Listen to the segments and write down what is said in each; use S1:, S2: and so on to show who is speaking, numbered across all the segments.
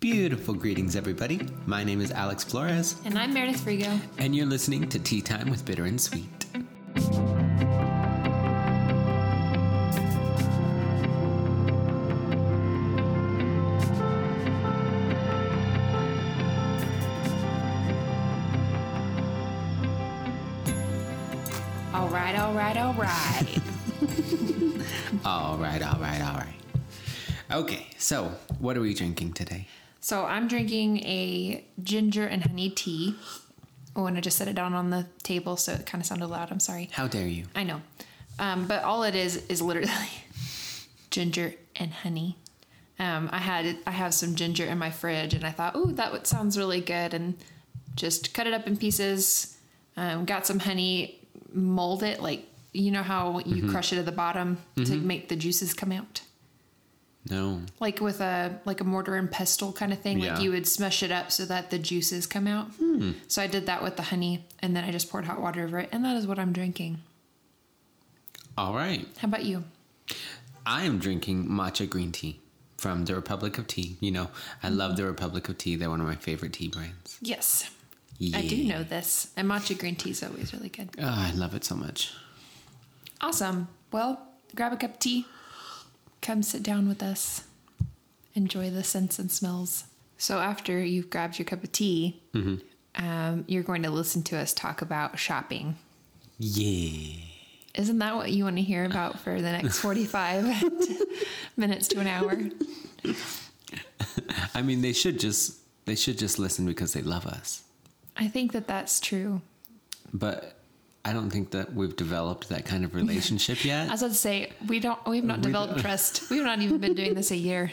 S1: Beautiful greetings, everybody. My name is Alex Flores,
S2: And I'm Meredith Frigo.
S1: and you're listening to Tea Time with Bitter and Sweet.
S2: All right, all right, all right.
S1: All right, all right, all right. Okay, so what are we drinking today?
S2: so I'm drinking a ginger and honey tea. Oh, and I just set it down on the table, so it kind of sounded loud. I'm sorry.
S1: How dare you?
S2: I know. Um, but all it is is literally ginger and honey. Um, I had I have some ginger in my fridge, and I thought, oh, that would, sounds really good, and just cut it up in pieces. Um, got some honey, mold it like you know how you crush it at the bottom to make the juices come out.
S1: No.
S2: like with a like a mortar and pestle kind of thing.
S1: Yeah. Hmm.
S2: Like you would smush it up so that the juices come out. So I did that with the honey, and then I just poured hot water over it, and that is what I'm drinking.
S1: All right.
S2: How about you?
S1: I am drinking matcha green tea from the Republic of Tea. You know, I love the Republic of Tea. They're one of my favorite tea brands.
S2: Yes,
S1: Yeah.
S2: I do know this, and matcha green tea is always really good.
S1: Oh, I love it so much.
S2: Awesome. Well, grab a cup of tea, come sit down with us, enjoy the scents and smells. So after you've grabbed your cup of tea,
S1: Mm-hmm.
S2: um, you're going to listen to us talk about shopping.
S1: Yeah.
S2: Isn't that what you want to hear about for the next 45 minutes to an hour?
S1: I mean, they should just they should just listen because they love us.
S2: I think that that's true.
S1: But I don't think that we've developed that kind of relationship yet.
S2: I was about to say, we don't, we've not developed trust. We've not even been doing this a year.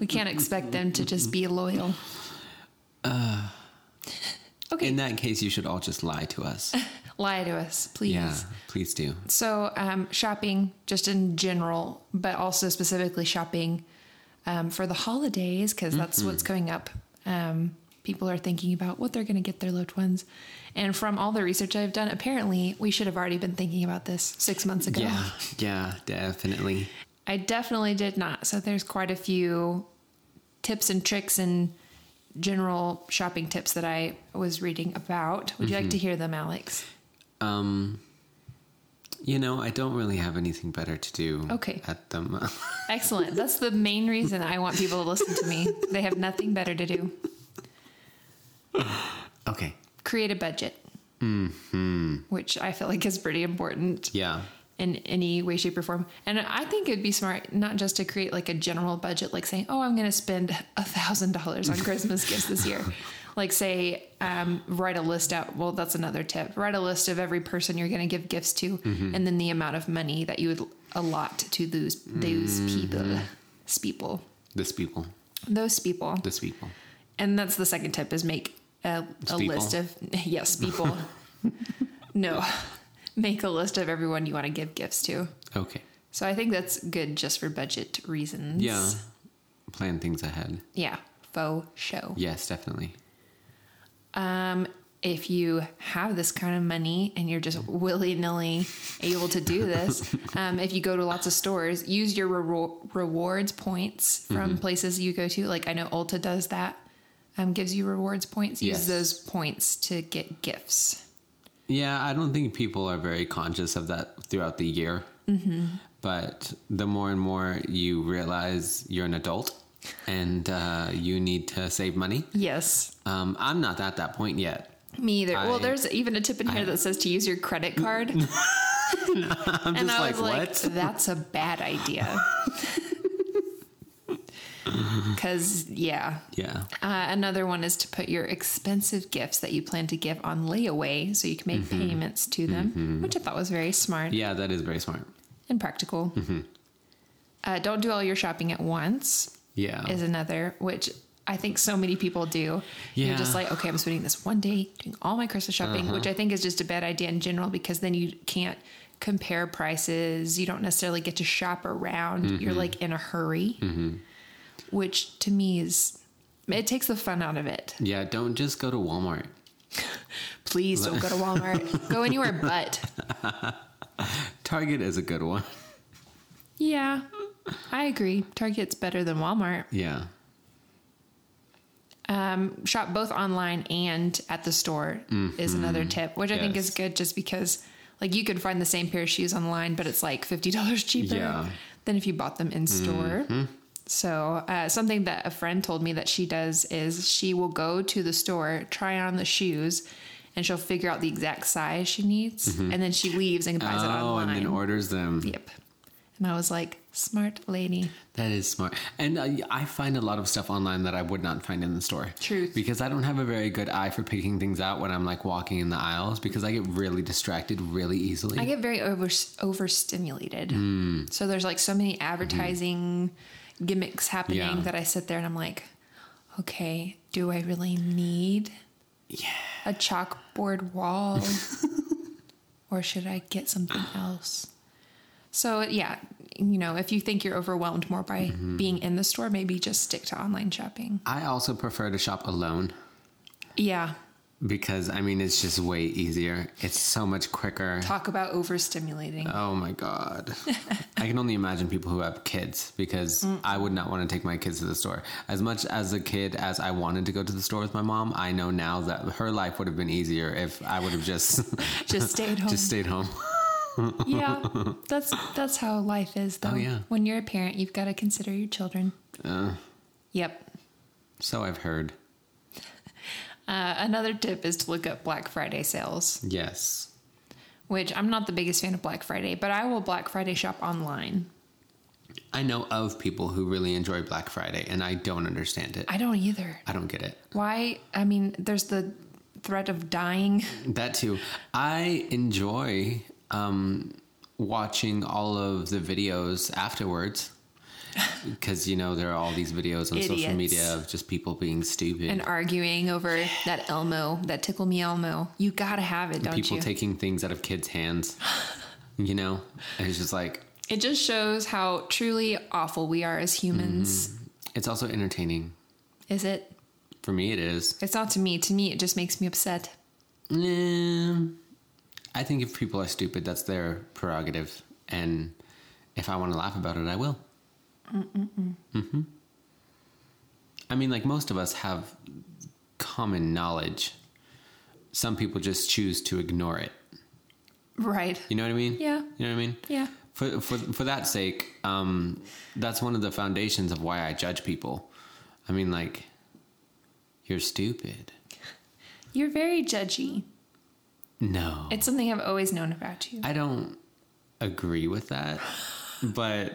S2: We can't expect them to just be loyal. okay.
S1: In that case, you should all just lie to us.
S2: Lie to us, please.
S1: Yeah, please do.
S2: So, um, shopping just in general, but also specifically shopping um, for the holidays, because that's what's coming up. Um, people are thinking about what they're going to get their loved ones. And from all the research I've done, apparently we should have already been thinking about this six months ago.
S1: Yeah, yeah, definitely.
S2: I definitely did not. So, there's quite a few tips and tricks and general shopping tips that I was reading about. Would you like to hear them, Alex?
S1: Um, you know, I don't really have anything better to do.
S2: Okay.
S1: At the mo-
S2: Excellent. That's the main reason I want people to listen to me. They have nothing better to do.
S1: okay.
S2: Create a budget, mm-hmm. which I feel like is pretty important
S1: Yeah.
S2: in any way, shape, or form. And I think it would be smart not just to create like a general budget, like saying, "Oh, I'm going to spend a thousand dollars on Christmas gifts this year." Like say, um, write a list out. Well, that's another tip. Write a list of every person you're going to give gifts to, and then the amount of money that you would allot to those those people, people,
S1: This people.
S2: those people.
S1: This people.
S2: And that's the second tip is make a, a
S1: Steeple.
S2: list of yes, people. no, make a list of everyone you want to give gifts to.
S1: Okay.
S2: So I think that's good just for budget reasons.
S1: Yeah. Plan things ahead.
S2: Yeah. Faux show.
S1: Yes, definitely.
S2: Um, if you have this kind of money and you're just willy nilly able to do this, um, if you go to lots of stores, use your rewar- rewards points
S1: Mm-hmm.
S2: from places you go to. Like I know Ulta does that, um, gives you rewards points.
S1: Yes.
S2: Use those points to get gifts.
S1: Yeah, I don't think people are very conscious of that throughout the year. Mm-hmm. But the more and more you realize you're an adult and uh, you need to save money,
S2: Yes.
S1: um, I'm not at that point yet.
S2: Me either.
S1: I-
S2: well, there's even a tip in here that says to use your credit card.
S1: I'm
S2: and
S1: just
S2: I
S1: like,
S2: was
S1: what?
S2: like, that's a bad idea. Because, yeah.
S1: yeah.
S2: Uh, another one is to put your expensive gifts that you plan to give on layaway so you can make payments to them, which I thought was very smart
S1: Mm-hmm. Yeah, Mm-hmm. that is very smart.
S2: and practical. Uh, don't do all your shopping at once,
S1: Yeah.
S2: is another, which I think so many people do. You're just
S1: Yeah.
S2: like, okay, I'm spending this one day doing all my Christmas shopping, which I think is just a bad idea in general because then you can't compare prices. You don't necessarily get to shop around. You're like in a hurry, which to me is, it takes the fun out of it.
S1: yeah, don't just go to Walmart.
S2: Please don't go to Walmart. go anywhere but.
S1: Target is a good one.
S2: Yeah, I agree. Target's better than Walmart.
S1: Yeah.
S2: um, shop both online and at the store is another tip, which I think is
S1: Mm-hmm. Yes.
S2: good just because like you could find the same pair of shoes online, but it's like fifty dollars cheaper
S1: Yeah. Mm-hmm.
S2: than if you bought them in store. So uh, something that a friend told me that she does is she will go to the store, try on the shoes. And she'll figure out the exact size she needs, and then she leaves and buys it
S1: Mm-hmm. Oh,
S2: online.
S1: and then orders them.
S2: Yep. And I was like, smart lady.
S1: That is smart. And uh, I find a lot of stuff online that I would not find in the store.
S2: Truth.
S1: Because I don't have a very good eye for picking things out when I'm like walking in the aisles because I get really distracted really easily.
S2: I get very over overstimulated.
S1: Mm.
S2: So there's like so many advertising gimmicks happening
S1: Mm-hmm. Yeah.
S2: that I sit there and I'm like, okay, do I really need a chalkboard wall? or should I get something else? So yeah, you know, if you think you're overwhelmed more by
S1: Mm-hmm.
S2: being in the store, maybe just stick to online shopping.
S1: I also prefer to shop alone
S2: Yeah.
S1: because I mean, it's just way easier. It's so much quicker.
S2: Talk about overstimulating.
S1: Oh my god. I can only imagine people who have kids because I would not want to take my kids to the store. As much as a kid as I wanted to go to the store with my mom, I know now that her life would have been easier if I would have just
S2: just stay at home.
S1: just stayed home.
S2: yeah, that's that's how life is, though.
S1: Oh, yeah. Uh.
S2: When you're a parent, you've got to consider your children. Yep.
S1: So I've heard.
S2: Uh, another tip is to look up Black Friday sales,
S1: Yes.
S2: which I'm not the biggest fan of Black Friday, but I will Black Friday shop online.
S1: I know of people who really enjoy Black Friday and I don't understand it.
S2: I don't either.
S1: I don't get it.
S2: Why? I mean, there's the threat of dying.
S1: That too. I enjoy um, watching all of the videos afterwards because you know there are all these videos on social
S2: Idiots.
S1: media of just people being stupid,
S2: And arguing over that Elmo, that tickle me Elmo. You gotta have it, don't
S1: people
S2: you?
S1: taking things out of kids' hands. you know, it's just like
S2: it just shows how truly awful we are as humans.
S1: it's also entertaining Mm-hmm.
S2: Is it?
S1: for me. It is.
S2: It's not to me. To me, it just makes me upset.
S1: Mm, I think if people are stupid, that's their prerogative, and if I want to laugh about it, I will. Mm-mm-mm. hmm I mean, like most of us have common knowledge. Some people just choose to ignore it.
S2: Right.
S1: You know what I mean?
S2: Yeah.
S1: You know what I mean?
S2: Yeah.
S1: For for for that sake, um, that's one of the foundations of why I judge people. I mean, like, you're stupid.
S2: You're very judgy.
S1: No.
S2: It's something I've always known about you.
S1: I don't agree with that, but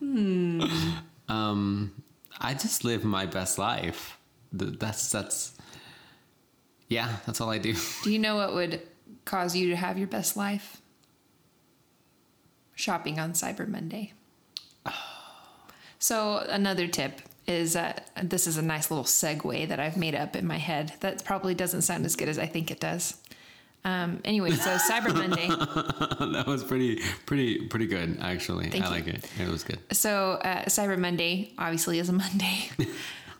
S1: um, I just live my best life. Th- That's that's yeah, that's all I do.
S2: Do you know what would cause you to have your best life? Shopping on Cyber Monday. So, another tip is uh, this is a nice little segue that I've made up in my head that probably doesn't sound as good as I think it does. Um, anyway, so Cyber Monday.
S1: that was pretty pretty pretty good actually.
S2: Thank
S1: I
S2: you.
S1: like it. It was good.
S2: So uh, Cyber Monday obviously is a Monday,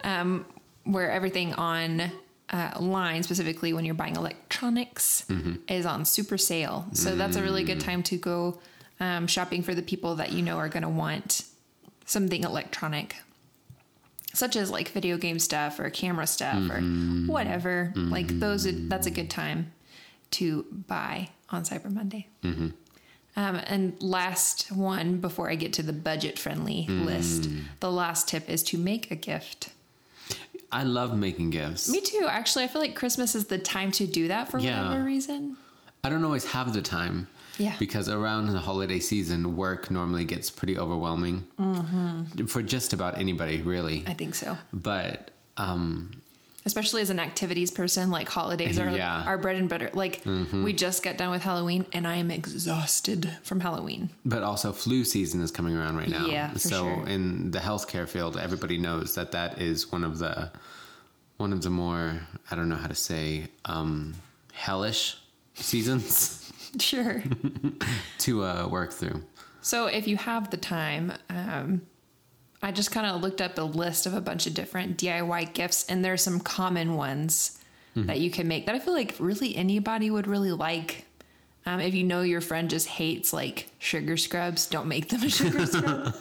S2: um, where everything on uh, line, specifically when you're buying electronics, is on super sale. So that's a really good time to go um, shopping for the people that you know are going to want something electronic, such as like video game stuff or camera stuff or whatever. Like those, would- that's a good time to buy on Cyber Monday. Um, and last one before I get to the budget friendly
S1: Hmm.
S2: list, the last tip is to make a gift.
S1: I love making gifts.
S2: Me too. Actually, I feel like Christmas is the time to do that for
S1: Yeah.
S2: whatever reason.
S1: I don't always have the time.
S2: Yeah.
S1: Because around the holiday season, work normally gets pretty overwhelming for just about anybody, really.
S2: Mm-hmm. I think so.
S1: But um,
S2: Especially as an activities person, like holidays are
S1: Yeah. Mm-hmm.
S2: our bread and butter. Like we just got done with Halloween and I am exhausted from Halloween.
S1: But also, flu season is coming around right now.
S2: Yeah, for
S1: so
S2: sure.
S1: in the healthcare field, everybody knows that that is one of the one of the more I don't know how to say um, hellish seasons
S2: Sure.
S1: to uh, work through.
S2: So if you have the time, um, I just kind of looked up a list of a bunch of different DIY gifts, and there's some common ones that you can make that I feel like really anybody would really like. Um, if you know your friend just hates like sugar scrubs, don't make them a sugar scrub.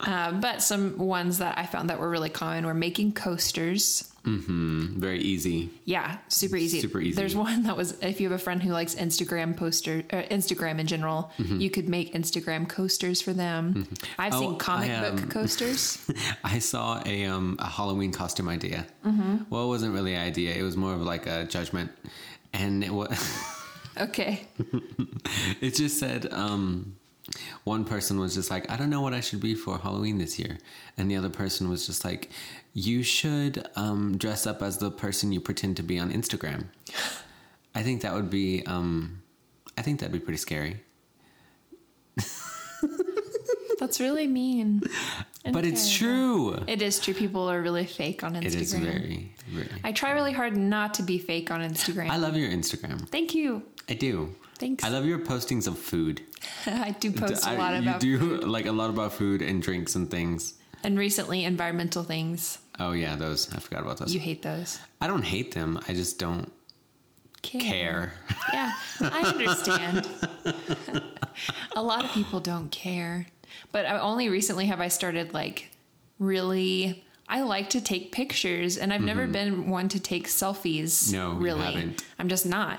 S2: Uh, but some ones that I found that were really common were making coasters.
S1: Very easy.
S2: Yeah, super easy.
S1: Super easy.
S2: There's one that was if you have a friend who likes Instagram poster, uh, Instagram in general, you could make Instagram coasters for them. I've
S1: Mm-hmm. Oh,
S2: seen comic
S1: I, um,
S2: book coasters.
S1: I saw a um a Halloween costume idea.
S2: Mm-hmm.
S1: Well, it wasn't really an idea. It was more of like a judgment, and it was.
S2: okay.
S1: it just said um, one person was just like i don't know what i should be for halloween this year and the other person was just like you should um, dress up as the person you pretend to be on instagram i think that would be um, i think that'd be pretty scary
S2: That's really mean. And
S1: but it's
S2: terrible.
S1: true
S2: It is true. People are really fake on Instagram.
S1: it is very very
S2: I try really hard not to be fake on Instagram.
S1: i love your instagram
S2: Thank you.
S1: i do
S2: Thanks.
S1: i love your postings of food
S2: I do post a
S1: I-
S2: lot
S1: you
S2: about
S1: do like a lot about food and drinks and things
S2: and recently environmental things.
S1: oh yeah those i forgot about those
S2: You hate those.
S1: i don't hate them i just don't care.
S2: Yeah, I understand. a lot of people don't care, but I only recently have I started like really. I like to take pictures, and I've never been one to take selfies.
S1: Mm-hmm. No, you
S2: really,
S1: haven't.
S2: I'm just not.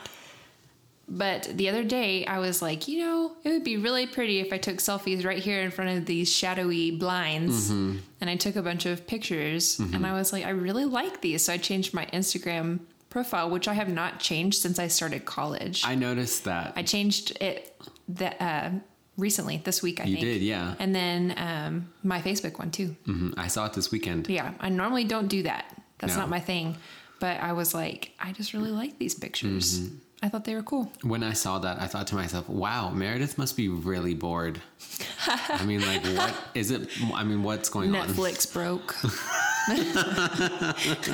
S2: But the other day, I was like, you know, it would be really pretty if I took selfies right here in front of these shadowy blinds.
S1: Mm-hmm.
S2: And I took a bunch of pictures and I was like, I really like these. So I changed my Instagram profile, which I have not changed since I started college. I,
S1: I noticed that.
S2: changed it the, uh, recently, this week, I
S1: you
S2: think.
S1: did, yeah.
S2: And then um, my Facebook one too.
S1: Mhm. I saw it this weekend.
S2: Yeah, I normally don't do that. That's
S1: No.
S2: not my thing. But I was like, I just really like these pictures.
S1: Mm-hmm.
S2: I thought they were cool.
S1: When I saw that, I thought to myself, wow, Meredith must be really bored. I mean, like, what is it? I mean, what's going on?
S2: Netflix broke.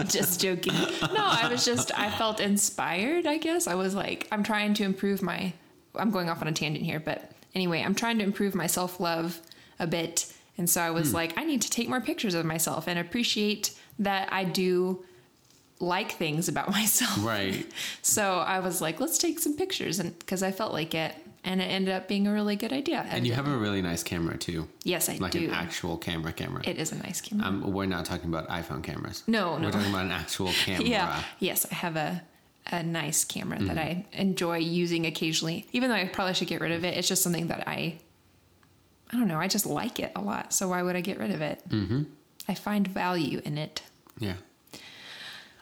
S2: just joking. No, I was just I felt inspired, I guess. I was like, I'm trying to improve my I'm going off on a tangent here, but anyway, I'm trying to improve my self-love a bit. And so I
S1: Hmm.
S2: was like, I need to take more pictures of myself and appreciate that I do like things about myself.
S1: Right.
S2: So I was like, let's take some pictures and because I felt like it and it ended up being a really good idea.
S1: And you have a really nice camera, too.
S2: Yes, I
S1: Like
S2: do.
S1: an actual camera camera.
S2: it is a nice camera.
S1: um, we're not talking about iPhone cameras.
S2: No,
S1: We're
S2: no.
S1: talking about an actual camera.
S2: Yeah. Yes, I have a a nice camera that I enjoy using occasionally. Even though I probably should get rid of it, it's just something that I I don't know, I just like it a lot. So why would I get rid of it? Mm-hmm. I find value in it.
S1: Yeah.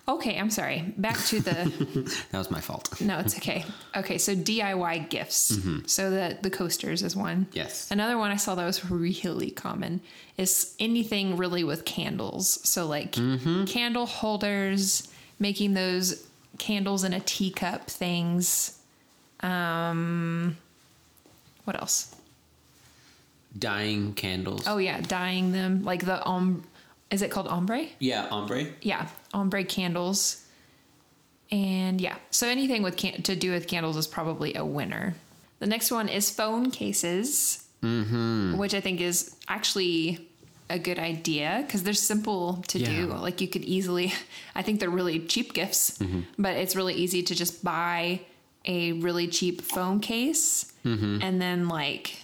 S2: Okay, I'm sorry. Back to the
S1: That was my fault.
S2: No, it's okay. Okay, so DIY gifts. So the the coasters is one.
S1: Yes.
S2: Another one I saw that was really common is anything really with candles. So like candle holders, making those candles in a teacup things. Um what else?
S1: Dying candles.
S2: Oh yeah, dyeing them like the um is it called ombre?
S1: Yeah, ombre.
S2: yeah, ombre candles. And yeah, so anything with can- to do with candles is probably a winner. The next one is phone cases, mm-hmm. which I think is actually a good idea because they're simple to do.
S1: Yeah.
S2: Like you could easily, I think they're really cheap gifts,
S1: Mm-hmm.
S2: but it's really easy to just buy a really cheap phone case
S1: Mm-hmm.
S2: and then like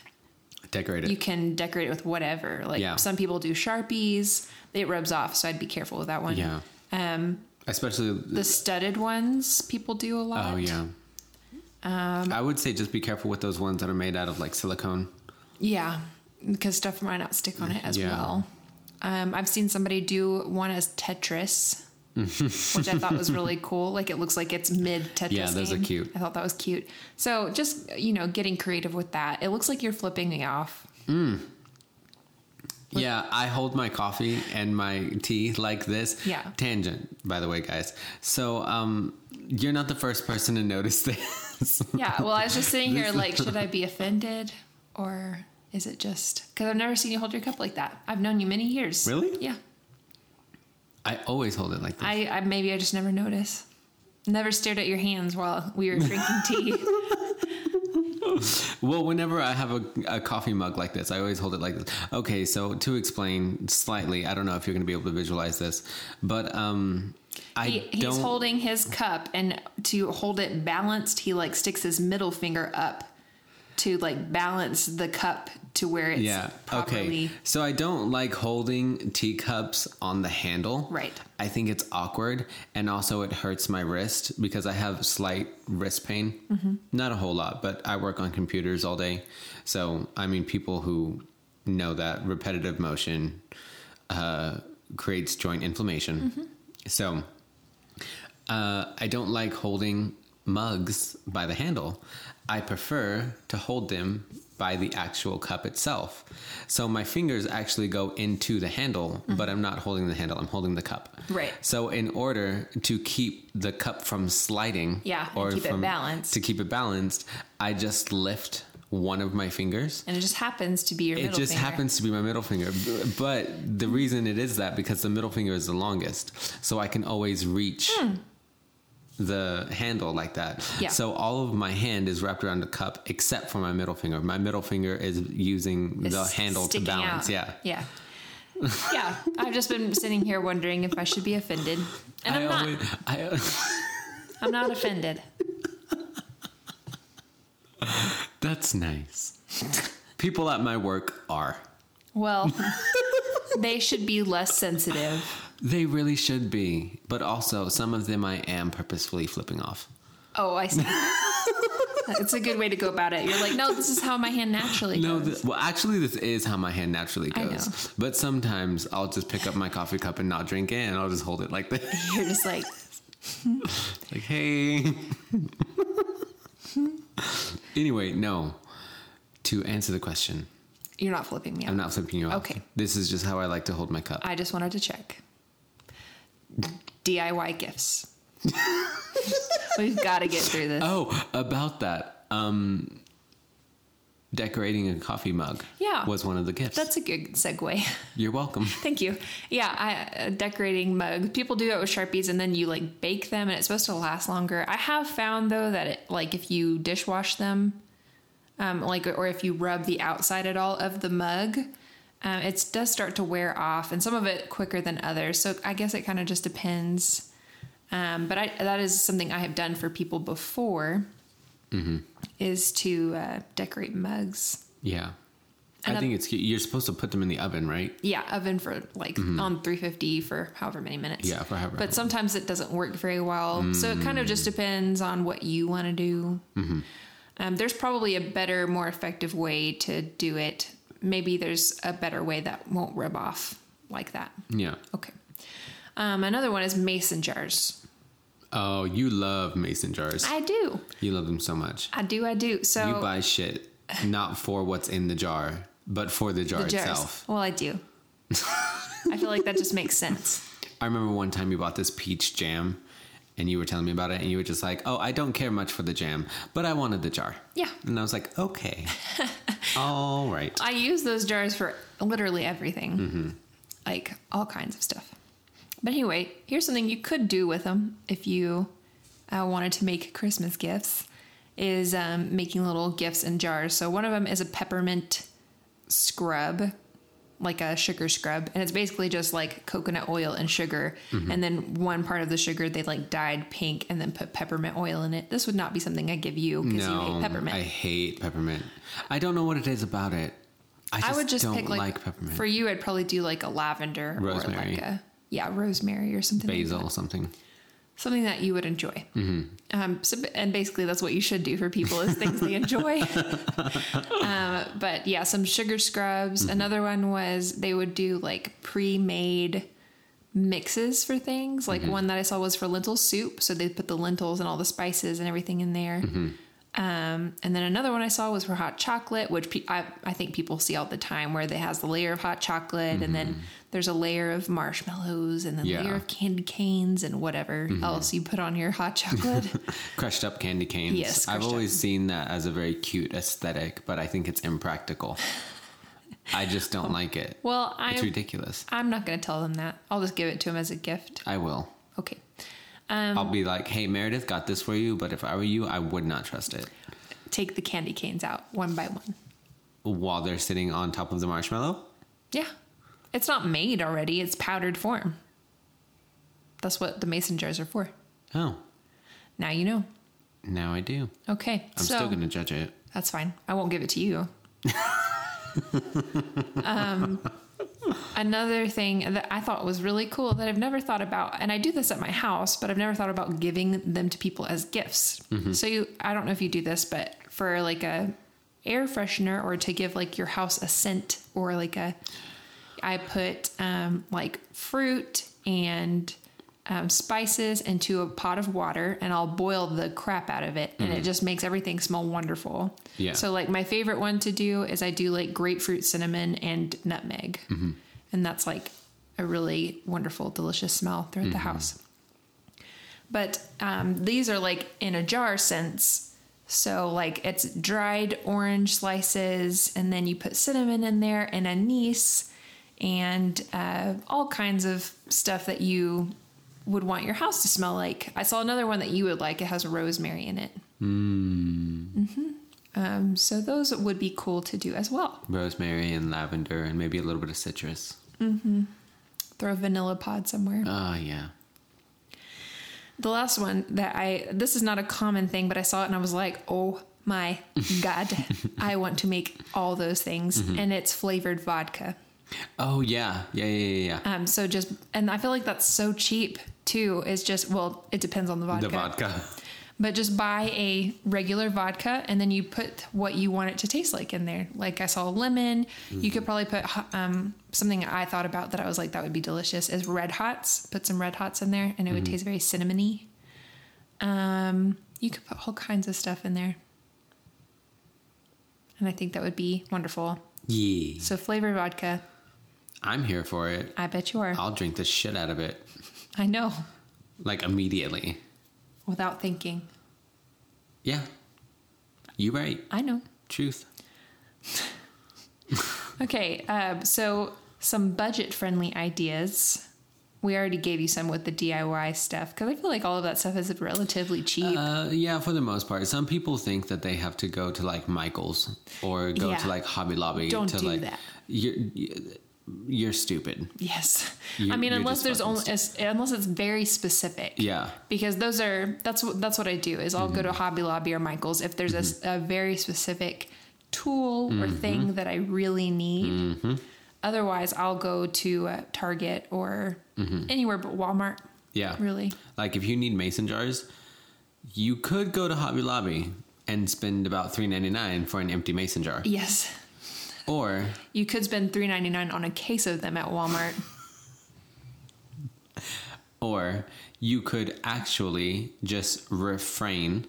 S1: Decorated.
S2: you can decorate it with whatever. Like
S1: Yeah.
S2: some people do sharpies, it rubs off, so I'd be careful with that one.
S1: yeah.
S2: Um,
S1: Especially
S2: the studded ones people do a lot.
S1: Oh yeah. Um, I would say just be careful with those ones that are made out of like silicone.
S2: Yeah, because stuff might not stick on it as
S1: Yeah.
S2: well. Um, I've seen somebody do one as Tetris, which I thought was really cool. Like it looks like it's mid Tetris.
S1: Yeah, those are
S2: game.
S1: cute.
S2: I thought that was cute. So just you know, getting creative with that. It looks like you're flipping me off.
S1: Yeah, I hold my coffee and my tea like this.
S2: Yeah.
S1: Tangent, by the way, guys. So um, you're not the first person to notice this.
S2: Yeah. Well, I was just sitting here like, should I be offended or is it just because I've never seen you hold your cup like that? I've known you many years.
S1: Really?
S2: Yeah.
S1: I always hold it like this.
S2: I, I maybe I just never notice. Never stared at your hands while we were drinking tea.
S1: well, whenever I have a, a coffee mug like this, I always hold it like this. Okay, so to explain slightly, I don't know if you're going to be able to visualize this, but um, I
S2: He, he's
S1: don't.
S2: holding his cup, and to hold it balanced, he like sticks his middle finger up to like balance the cup to where it's
S1: Yeah.
S2: properly.
S1: Okay. So I don't like holding teacups on the handle.
S2: Right.
S1: I think it's awkward and also it hurts my wrist because I have slight wrist pain.
S2: Mm-hmm.
S1: Not a whole lot, but I work on computers all day. So, I mean, people who know that repetitive motion uh, creates joint inflammation.
S2: Mm-hmm.
S1: So, uh, I don't like holding mugs by the handle. I prefer to hold them by the actual cup itself. So my fingers actually go into the handle, but I'm not holding the handle, I'm holding the cup.
S2: Mm-hmm. Right.
S1: So in order to keep the cup from sliding
S2: Yeah, and keep it balanced.
S1: to keep it balanced, I just lift one of my fingers
S2: And it just happens to be your
S1: it
S2: middle
S1: just
S2: finger.
S1: happens to be my middle finger B- but the reason it is that because the middle finger is the longest so i can always reach the handle like that
S2: Hmm. Yeah.
S1: so all of my hand is wrapped around the cup except for my middle finger my middle finger is using
S2: It's
S1: the handle to
S2: sticking
S1: balance
S2: out.
S1: yeah
S2: Yeah. Yeah. I've just been sitting here wondering if I should be offended. And I'm
S1: I
S2: not.
S1: always, I,
S2: I'm not offended.
S1: that's nice people at my work are
S2: Well, they should be less sensitive.
S1: they really should be but also some of them i am purposefully flipping off
S2: Oh, I see. it's a good way to go about it. You're like, no, this is how my hand naturally
S1: No,
S2: goes.
S1: th- well, actually, this is how my hand naturally
S2: I know.
S1: goes. But sometimes I'll just pick up my coffee cup and not drink it, and I'll just hold it like this.
S2: You're just like,
S1: like, hey. anyway, no. To answer the question,
S2: you're not flipping me off.
S1: I'm not flipping you off.
S2: Okay.
S1: This is just how I like to hold my cup.
S2: I just wanted to check. DIY gifts. We've got to get through this.
S1: oh, about that. Um, decorating a coffee mug.
S2: Yeah.
S1: Was one of the gifts.
S2: That's a good segue.
S1: You're welcome.
S2: Thank you. Yeah, I, a decorating mug. People do that with sharpies, and then you like bake them, and it's supposed to last longer. I have found though that it, like if you dishwash them, um, like or if you rub the outside at all of the mug, um, it does start to wear off, and some of it quicker than others. So I guess it kind of just depends. Um, but I, that is something I have done for people before, is to uh, decorate mugs.
S1: Yeah.
S2: And
S1: I
S2: a-
S1: think it's cute. You're supposed to put them in the oven, right?
S2: Yeah, oven for like on 350 for however many minutes.
S1: Mm-hmm. Yeah, for however Mm.
S2: But sometimes it doesn't work very well. So it kind of just depends on what you want to do.
S1: Mm-hmm.
S2: Um, there's probably a better, more effective way to do it. Maybe there's a better way that won't rub off like that.
S1: Yeah.
S2: Okay. Um, another one is mason jars.
S1: Oh, you love mason jars.
S2: I do.
S1: You love them so much.
S2: I do. I do. So
S1: You buy shit not for what's in the jar, but for the jar
S2: the jars.
S1: itself.
S2: Well, I do. I feel like that just makes sense.
S1: I remember one time you bought this peach jam and you were telling me about it and you were just like, "Oh, I don't care much for the jam, but I wanted the jar."
S2: Yeah.
S1: And I was like, "Okay. All right." Mm-hmm.
S2: I use those jars for literally everything, like all kinds of stuff. But anyway, here's something you could do with them if you uh, wanted to make Christmas gifts: is um, making little gifts in jars. So one of them is a peppermint scrub, like a sugar scrub, and it's basically just like coconut oil and sugar,
S1: Mm-hmm.
S2: and then one part of the sugar they like dyed pink and then put peppermint oil in it. This would not be something I give you because you
S1: No,
S2: hate peppermint.
S1: I hate peppermint. I don't know what it is about it. I, just
S2: I would just
S1: don't
S2: pick like,
S1: like, peppermint.
S2: For you, I'd probably do like a lavender or
S1: Rosemary.
S2: like a yeah rosemary or something like
S1: Basil Mm-hmm.
S2: that.
S1: or something.
S2: something that you would enjoy. Um, so, and basically, that's what you should do for people is things they enjoy. um, but yeah, some sugar scrubs. Another one was they would do like pre-made mixes for things. Like one that I saw was for lentil soup, so they put the lentils and all the spices and everything in there. Um, and then another one I saw was for hot chocolate, which pe- I, I think people see all the time, where it has the layer of hot chocolate, and then there's a layer of marshmallows, and then
S1: Yeah.
S2: layer of candy canes, and whatever else you put on your hot chocolate.
S1: Crushed up candy canes.
S2: Yes,
S1: I've
S2: crushed up.
S1: always seen that as a very cute aesthetic, but I think it's impractical. I just don't like it.
S2: well,
S1: It's
S2: I'm,
S1: ridiculous.
S2: I'm not going to tell them that. I'll just give it to them as a gift.
S1: I will.
S2: Okay. Um,
S1: I'll be like, hey, Meredith got this for you, but if I were you, I would not trust it.
S2: Take the candy canes out one by one.
S1: While they're sitting on top of the marshmallow?
S2: Yeah. It's not made already, it's powdered form. That's what the mason jars are for.
S1: Oh,
S2: Now you know.
S1: now I do.
S2: Okay.
S1: I'm
S2: so
S1: still going to judge it.
S2: that's fine. I won't give it to you. Another thing that I thought was really cool that I've never thought about, and I do this at my house, but I've never thought about giving them to people as gifts. So you, I don't know if you do this, but for like a air freshener or to give like your house a scent or like a, I put um, like fruit and um, spices into a pot of water and I'll boil the crap out of it and it just makes everything smell wonderful.
S1: Yeah.
S2: So like my favorite one to do is I do like grapefruit, cinnamon, and nutmeg, and that's like a really wonderful, delicious smell throughout the house. But um, these are like in a jar sense. So like it's dried orange slices, and then you put cinnamon in there and anise, and uh, all kinds of stuff that you would want your house to smell like. I saw another one that you would like. It has rosemary in it. Um, so those would be cool to do as well.
S1: Rosemary and lavender and maybe a little bit of citrus.
S2: Throw a vanilla pod somewhere.
S1: Oh, yeah.
S2: The last one that I this is not a common thing, but I saw it and I was like, oh my god, I want to make all those things, and it's flavored vodka.
S1: Oh, yeah. Yeah, yeah, yeah, yeah.
S2: Um, so just and I feel like that's so cheap too. It's just well, it depends on the vodka.
S1: the vodka.
S2: But just buy a regular vodka and then you put what you want it to taste like in there. Like I saw lemon. You could probably put ho- um, something I thought about that I was like, that would be delicious is red hots. Put some red hots in there and it would taste very cinnamony. Um, you could put all kinds of stuff in there. And I think that would be wonderful.
S1: Yeah.
S2: So, flavored vodka,
S1: I'm here for it.
S2: I bet you are.
S1: I'll drink the shit out of it.
S2: I know,
S1: Like immediately.
S2: without thinking.
S1: Yeah. You right.
S2: I know.
S1: Truth.
S2: Okay, um, so some budget friendly ideas. We already gave you some with the DIY stuff because I feel like all of that stuff is relatively cheap.
S1: Uh, yeah, for the most part. Some people think that they have to go to like Michael's or go
S2: Yeah.
S1: to like Hobby Lobby.
S2: Don't
S1: to
S2: do
S1: like,
S2: that.
S1: You're, you're stupid.
S2: yes,
S1: You-
S2: I mean
S1: you're
S2: unless
S1: just
S2: there's
S1: fucking
S2: only it's- unless it's very specific.
S1: Yeah. Mm-hmm.
S2: Because those are that's what that's what I do is I'll go to Hobby Lobby or Michaels if there's a s- a, very specific tool or
S1: Mm-hmm.
S2: thing that I really need. Otherwise, I'll go to uh, Target or
S1: Mm-hmm.
S2: anywhere but Walmart.
S1: Yeah.
S2: Really.
S1: Like if you need mason jars, you could go to Hobby Lobby and spend about three ninety nine for an empty mason jar.
S2: Yes.
S1: Or
S2: You could spend three ninety nine on a case of them at Walmart.
S1: or you could actually just refrain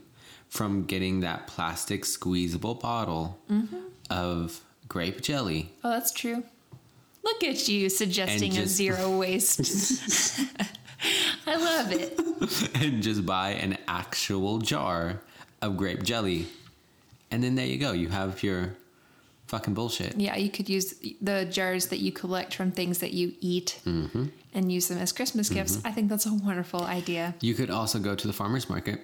S1: from getting that plastic squeezable bottle of grape jelly.
S2: Oh, that's true. Look at you suggesting
S1: And
S2: a
S1: just-
S2: zero waste. I love it.
S1: and just buy an actual jar of grape jelly. And then there you go. You have your fucking bullshit.
S2: Yeah, you could use the jars that you collect from things that you eat
S1: Mm-hmm.
S2: and use them as Christmas gifts. I think that's a wonderful idea.
S1: You could also go to the farmer's market.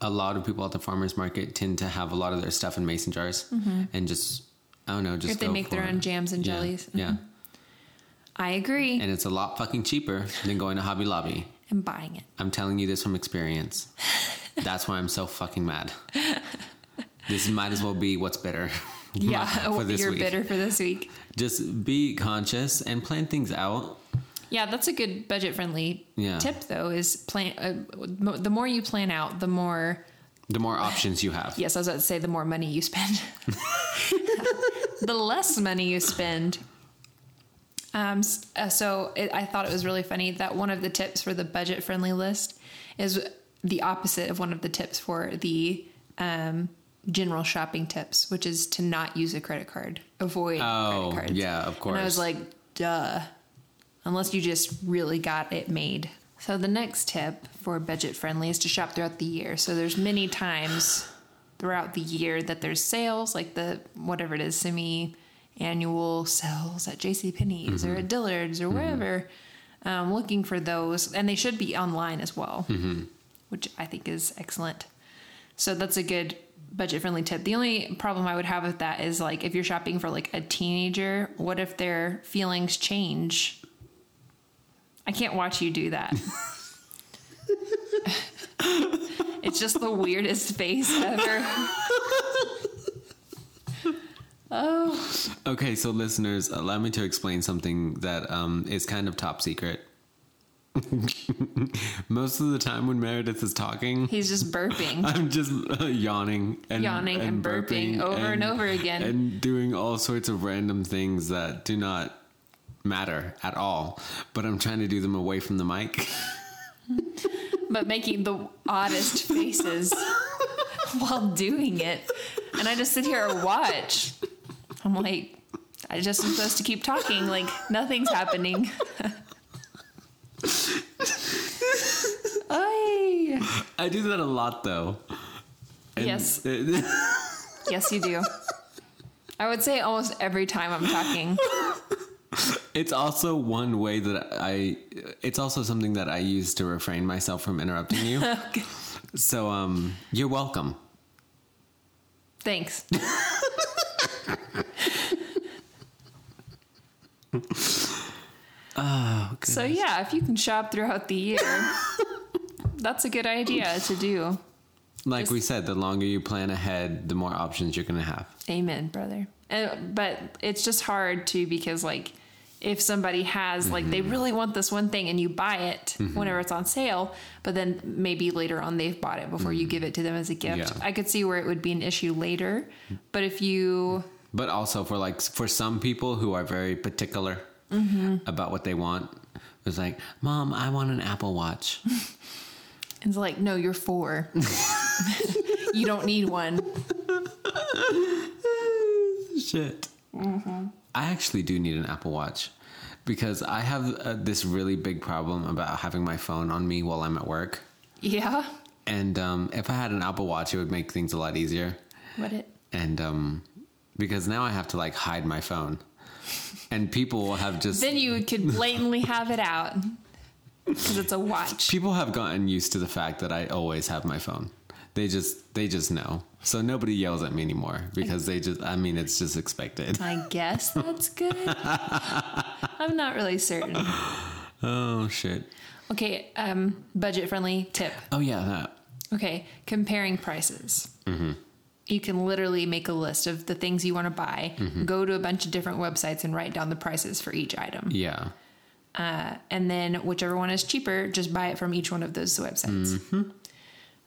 S1: A lot of people at the farmer's market tend to have a lot of their stuff in mason jars and just, I don't know, just
S2: Mm-hmm. If they
S1: go
S2: make their
S1: for-
S2: own jams and
S1: Yeah,
S2: jellies.
S1: Yeah.
S2: I agree.
S1: And it's a lot fucking cheaper than going to Hobby Lobby.
S2: I'm buying it.
S1: I'm telling you this from experience. That's why I'm so fucking mad. This might as well be what's better.
S2: Yeah,
S1: for this
S2: you're
S1: week.
S2: bitter for this week.
S1: Just be conscious and plan things out
S2: Yeah, that's a good budget friendly
S1: Yeah.
S2: tip though. Is plan uh, mo- the more you plan out, the more
S1: the more options you have.
S2: Yes, I was about to say the more money you spend, the less money you spend. Um, s- uh, so it, I thought it was really funny that one of the tips for the budget friendly list is the opposite of one of the tips for the um, general shopping tips, which is to not use a credit card, avoid
S1: Oh,
S2: credit cards.
S1: yeah, of
S2: And I was
S1: course.
S2: like, duh, unless you just really got it made. So the next tip for budget friendly is to shop throughout the year. So there's many times throughout the year that there's sales, like the whatever it is, semi annual sales at JCPenney's or at Dillard's or wherever. Um, looking for those, and they should be online as well, which I think is excellent. So that's a good budget friendly tip. The only problem I would have with that is like if you're shopping for like a teenager, what if their feelings change? I can't watch you do that. it's just the weirdest face ever. Oh,
S1: Okay, so listeners, allow me to explain something that um, is kind of top secret. Most of the time when Meredith is talking,
S2: he's just burping.
S1: I'm just uh, yawning and
S2: Yawning and burping over and over again.
S1: and doing all sorts of random things that do not matter at all. But I'm trying to do them away from the mic.
S2: but making the oddest faces while doing it. And I just sit here and watch. I'm like, I just am supposed to keep talking, like nothing's happening. Oy.
S1: I do that a lot though.
S2: Yes.
S1: it-
S2: Yes, you do. I would say almost every time I'm talking.
S1: It's also one way that I. It's also something that I use to refrain myself from interrupting you. So, um, you're welcome.
S2: Thanks. so yeah, if you can shop throughout the year, that's a good idea to do.
S1: Like we said, the longer you plan ahead, the more options you're gonna have.
S2: Amen, brother. And, but it's just hard too because like if somebody has like they really want this one thing and you buy it whenever it's on sale, but then maybe later on they've bought it before you give it to them as a gift.
S1: Yeah.
S2: I could see where it would be an issue later, but if you
S1: But also for like for some people who are very particular about what they want, it's like, Mom, I want an Apple Watch.
S2: And it's like, no, you're four. you don't need one.
S1: Shit. I actually do need an Apple Watch because I have uh, this really big problem about having my phone on me while I'm at work.
S2: Yeah.
S1: And um, if I had an Apple Watch, it would make things a lot easier.
S2: What it?
S1: And um, because now I have to like hide my phone, and people have just
S2: Then you could blatantly have it out because it's a watch.
S1: people have gotten used to the fact that I always have my phone. They just they just know. So nobody yells at me anymore because they just I mean it's just expected.
S2: I guess that's good. I'm not really certain.
S1: Oh shit.
S2: Okay, um, budget friendly tip.
S1: Oh yeah, that.
S2: Okay, comparing prices. You can literally make a list of the things you want to buy, go to a bunch of different websites and write down the prices for each item.
S1: Yeah.
S2: and then whichever one is cheaper, just buy it from each one of those websites.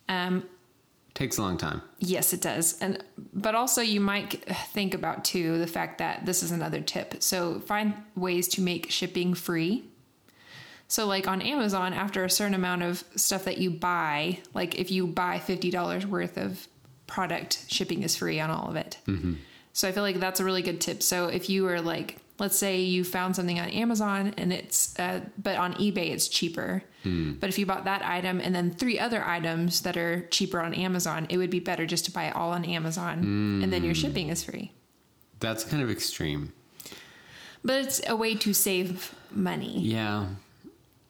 S2: Um,
S1: Takes a long time.
S2: yes, it does, and but also you might think about too the fact that this is another tip. So find ways to make shipping free. So like on Amazon, after a certain amount of stuff that you buy, like if you buy fifty dollars worth of product, shipping is free on all of it. So I feel like that's a really good tip. So if you were like, let's say you found something on Amazon and it's, uh, but on eBay it's cheaper.
S1: Hmm.
S2: But if you bought that item and then three other items that are cheaper on Amazon, it would be better just to buy it all on Amazon and then your
S1: Hmm.
S2: shipping is free.
S1: That's kind of extreme.
S2: But it's a way to save money.
S1: Yeah.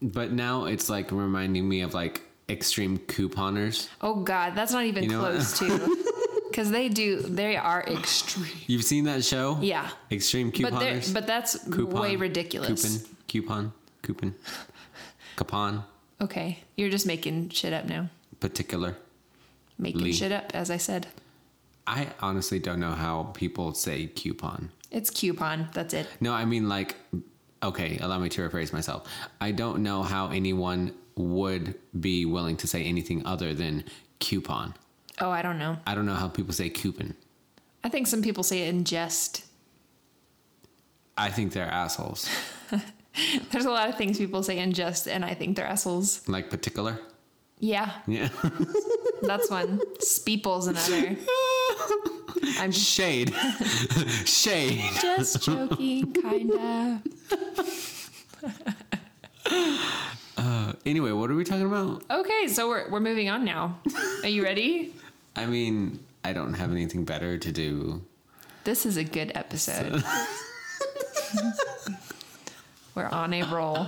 S1: But now it's like reminding me of like extreme couponers.
S2: Oh God, that's not even
S1: You know what?
S2: close to. Because they do, they are extreme.
S1: You've seen that show?
S2: Yeah.
S1: Extreme
S2: But they're,
S1: couponers.
S2: but that's
S1: Coupon.
S2: way ridiculous.
S1: Coupon. Coupon. Coupon. Capon.
S2: Okay, you're just making shit up now.
S1: Particular.
S2: Making
S1: Lee.
S2: shit up, as I said.
S1: I honestly don't know how people say coupon.
S2: It's coupon. That's it.
S1: No, I mean like. Okay, allow me to rephrase myself. I don't know how anyone would be willing to say anything other than coupon.
S2: Oh, I don't know.
S1: I don't know how people say coupon.
S2: I think some people say it in jest.
S1: I think they're assholes.
S2: There's a lot of things people say in jest, and I think they're assholes.
S1: like particular.
S2: Yeah,
S1: Yeah.
S2: that's one. Speeple's another. I'm just,
S1: Shade. Shade.
S2: just joking, kinda.
S1: Anyway, what are we talking about?
S2: Okay, so we're, we're moving on now. Are you ready?
S1: I mean, I don't have anything better to do.
S2: This is a good episode. We're on a roll.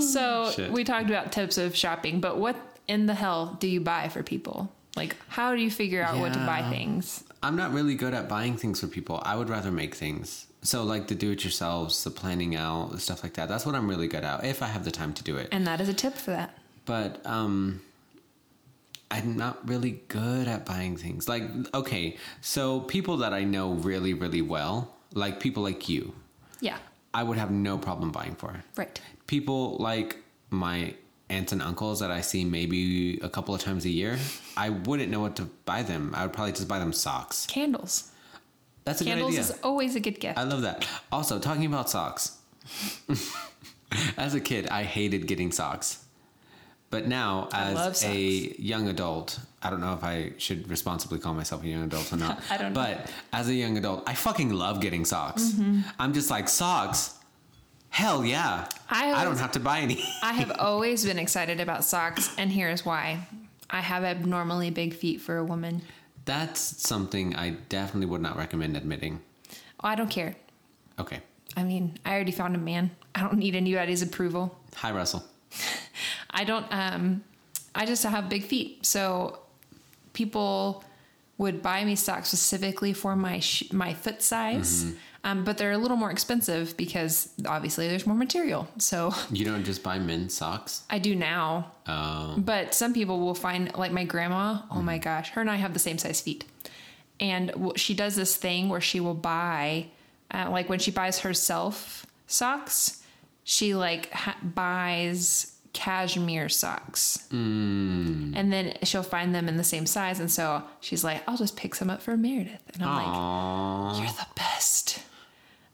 S2: So
S1: Shit.
S2: we talked about tips of shopping, but what in the hell do you buy for people? Like, how do you figure out what to buy
S1: Yeah.
S2: things?
S1: I'm not really good at buying things for people. I would rather make things. So, like the do it yourselves, the planning out, the stuff like that. That's what I'm really good at if I have the time to do it.
S2: And that is a tip for that.
S1: But um, I'm not really good at buying things. Like, okay, so people that I know really, really well, like people like you,
S2: Yeah.
S1: I would have no problem buying for.
S2: Right.
S1: People like my aunts and uncles that I see maybe a couple of times a year, I wouldn't know what to buy them. I would probably just buy them socks.
S2: Candles.
S1: That's a
S2: Candles
S1: good idea.
S2: is always a good gift.
S1: I love that. Also, talking about socks. as a kid, I hated getting socks. But now,
S2: love
S1: as
S2: socks.
S1: a young adult, I don't know if I should responsibly call myself a young adult or not.
S2: I don't know.
S1: But as a young adult, I fucking love getting socks.
S2: Mm-hmm.
S1: I'm just like, socks? Hell yeah.
S2: I
S1: I don't
S2: always-
S1: have to buy any.
S2: I have always been excited about socks, and here's why. I have abnormally big feet for a woman.
S1: That's something I definitely would not recommend admitting.
S2: Oh, I don't care.
S1: Okay.
S2: I mean, I already found a man. I don't need anybody's approval.
S1: Hi, Russell.
S2: I don't um I just have big feet. So people would buy me socks specifically for my sh- my foot size. Um, but they're a little more expensive because obviously there's more material. So
S1: You don't just buy men's socks?
S2: I do now.
S1: Oh.
S2: But some people will find, like my grandma, oh my gosh, her and I have the same size feet. And w- she does this thing where she will buy, uh, like when she buys herself socks, she like ha- buys cashmere socks.
S1: Mm.
S2: And then she'll find them in the same size. And so she's like, I'll just pick some up for Meredith. And I'm
S1: Aww.
S2: like, you're the best.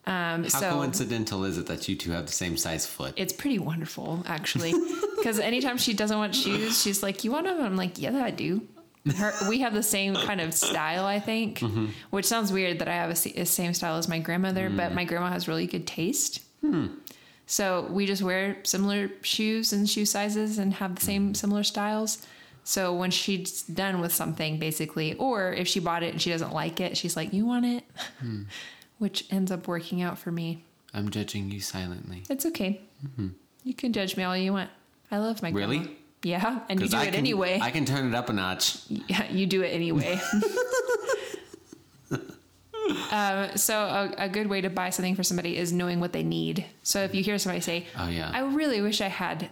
S2: Um,
S1: How
S2: so
S1: coincidental is it that you two have the same size foot?
S2: it's pretty wonderful actually because anytime she doesn't want shoes she's like you want them i'm like yeah i do Her, we have the same kind of style i think which sounds weird that i have a, s- a same style as my grandmother but my grandma has really good taste so we just wear similar shoes and shoe sizes and have the same similar styles so when she's done with something basically or if she bought it and she doesn't like it she's like you want it which ends up working out for me
S1: I'm judging you silently.
S2: it's okay. You can judge me all you want. I love my
S1: Mm-hmm. Really?
S2: grandma. Yeah, and you
S1: 'Cause
S2: do
S1: I
S2: it
S1: can-
S2: anyway.
S1: I can turn it up a notch.
S2: Yeah, you do it anyway. um, so a, a good way to buy something for somebody is knowing what they need. So if you hear somebody say,
S1: Oh, yeah.
S2: I really wish I had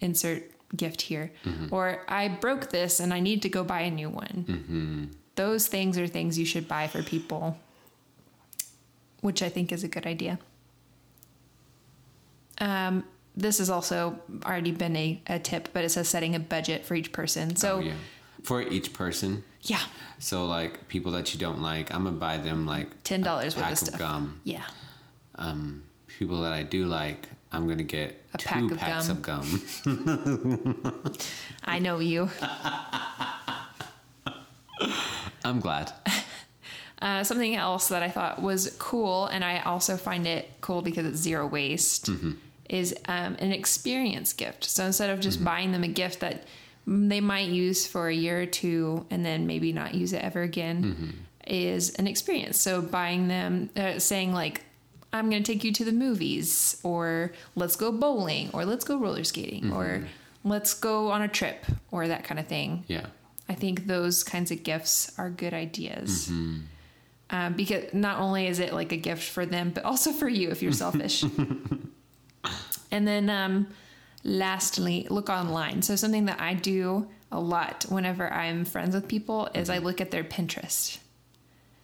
S2: insert gift here,"
S1: Mm-hmm.
S2: or "I broke this and I need to go buy a new one."
S1: Mm-hmm.
S2: Those things are things you should buy for people, which I think is a good idea. Um, this has also already been a, a tip, but it says setting a budget for each person. So
S1: Oh, yeah. For each person.
S2: yeah,
S1: So, like, people that you don't like, I'm going to buy them, like,
S2: ten dollars
S1: a
S2: worth
S1: pack
S2: of
S1: of
S2: stuff.
S1: gum.
S2: Yeah,
S1: Um, people that I do like, I'm going to get
S2: A
S1: two
S2: pack of
S1: packs
S2: gum.
S1: of gum.
S2: I know you.
S1: I'm glad.
S2: Uh, something else that I thought was cool, and I also find it cool because it's zero waste,
S1: Mm-hmm.
S2: is um, an experience gift. So instead of
S1: Mm-hmm.
S2: just buying them a gift that they might use for a year or two and then maybe not use it ever again,
S1: Mm-hmm.
S2: is an experience. So buying them, uh, saying like, I'm going to take you to the movies, or let's go bowling, or let's go roller skating, or
S1: Mm-hmm.
S2: let's go on a trip, or that kind of thing.
S1: Yeah.
S2: I think those kinds of gifts are good ideas.
S1: Mm-hmm.
S2: Um, because not only is it like a gift for them, but also for you if you're selfish. and then um, lastly, look online. So, something that I do a lot whenever I'm friends with people is
S1: Mm-hmm.
S2: I look at their Pinterest.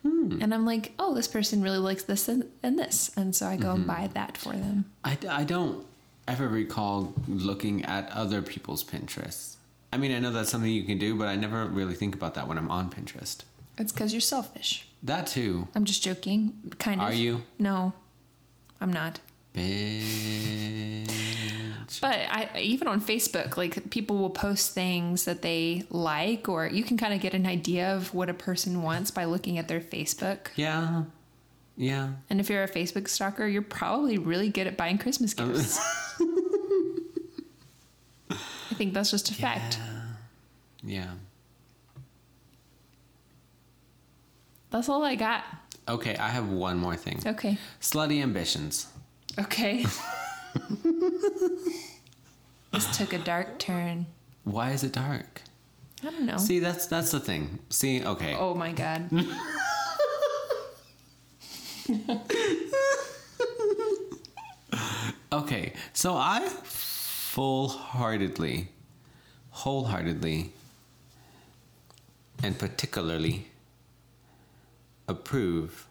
S1: Hmm.
S2: And I'm like, oh, this person really likes this and, and this. And so I go
S1: Mm-hmm.
S2: and buy that for them.
S1: I, I don't ever recall looking at other people's Pinterest. I mean, I know that's something you can do, but I never really think about that when I'm on Pinterest.
S2: It's because you're selfish.
S1: That too.
S2: I'm just joking. Kind of.
S1: Are you?
S2: No, I'm not.
S1: Bitch.
S2: But I even on Facebook, like people will post things that they like, or you can kind of get an idea of what a person wants by looking at their Facebook.
S1: Yeah. Yeah.
S2: And if you're a Facebook stalker, you're probably really good at buying Christmas gifts. I think that's just a fact.
S1: Yeah.
S2: That's all I got.
S1: Okay, I have one more thing.
S2: Okay.
S1: Slutty ambitions.
S2: Okay. this took a dark turn.
S1: Why is it dark?
S2: I don't know.
S1: See, that's that's the thing. See, okay.
S2: Oh my god.
S1: Okay. So I full-heartedly wholeheartedly and particularly approve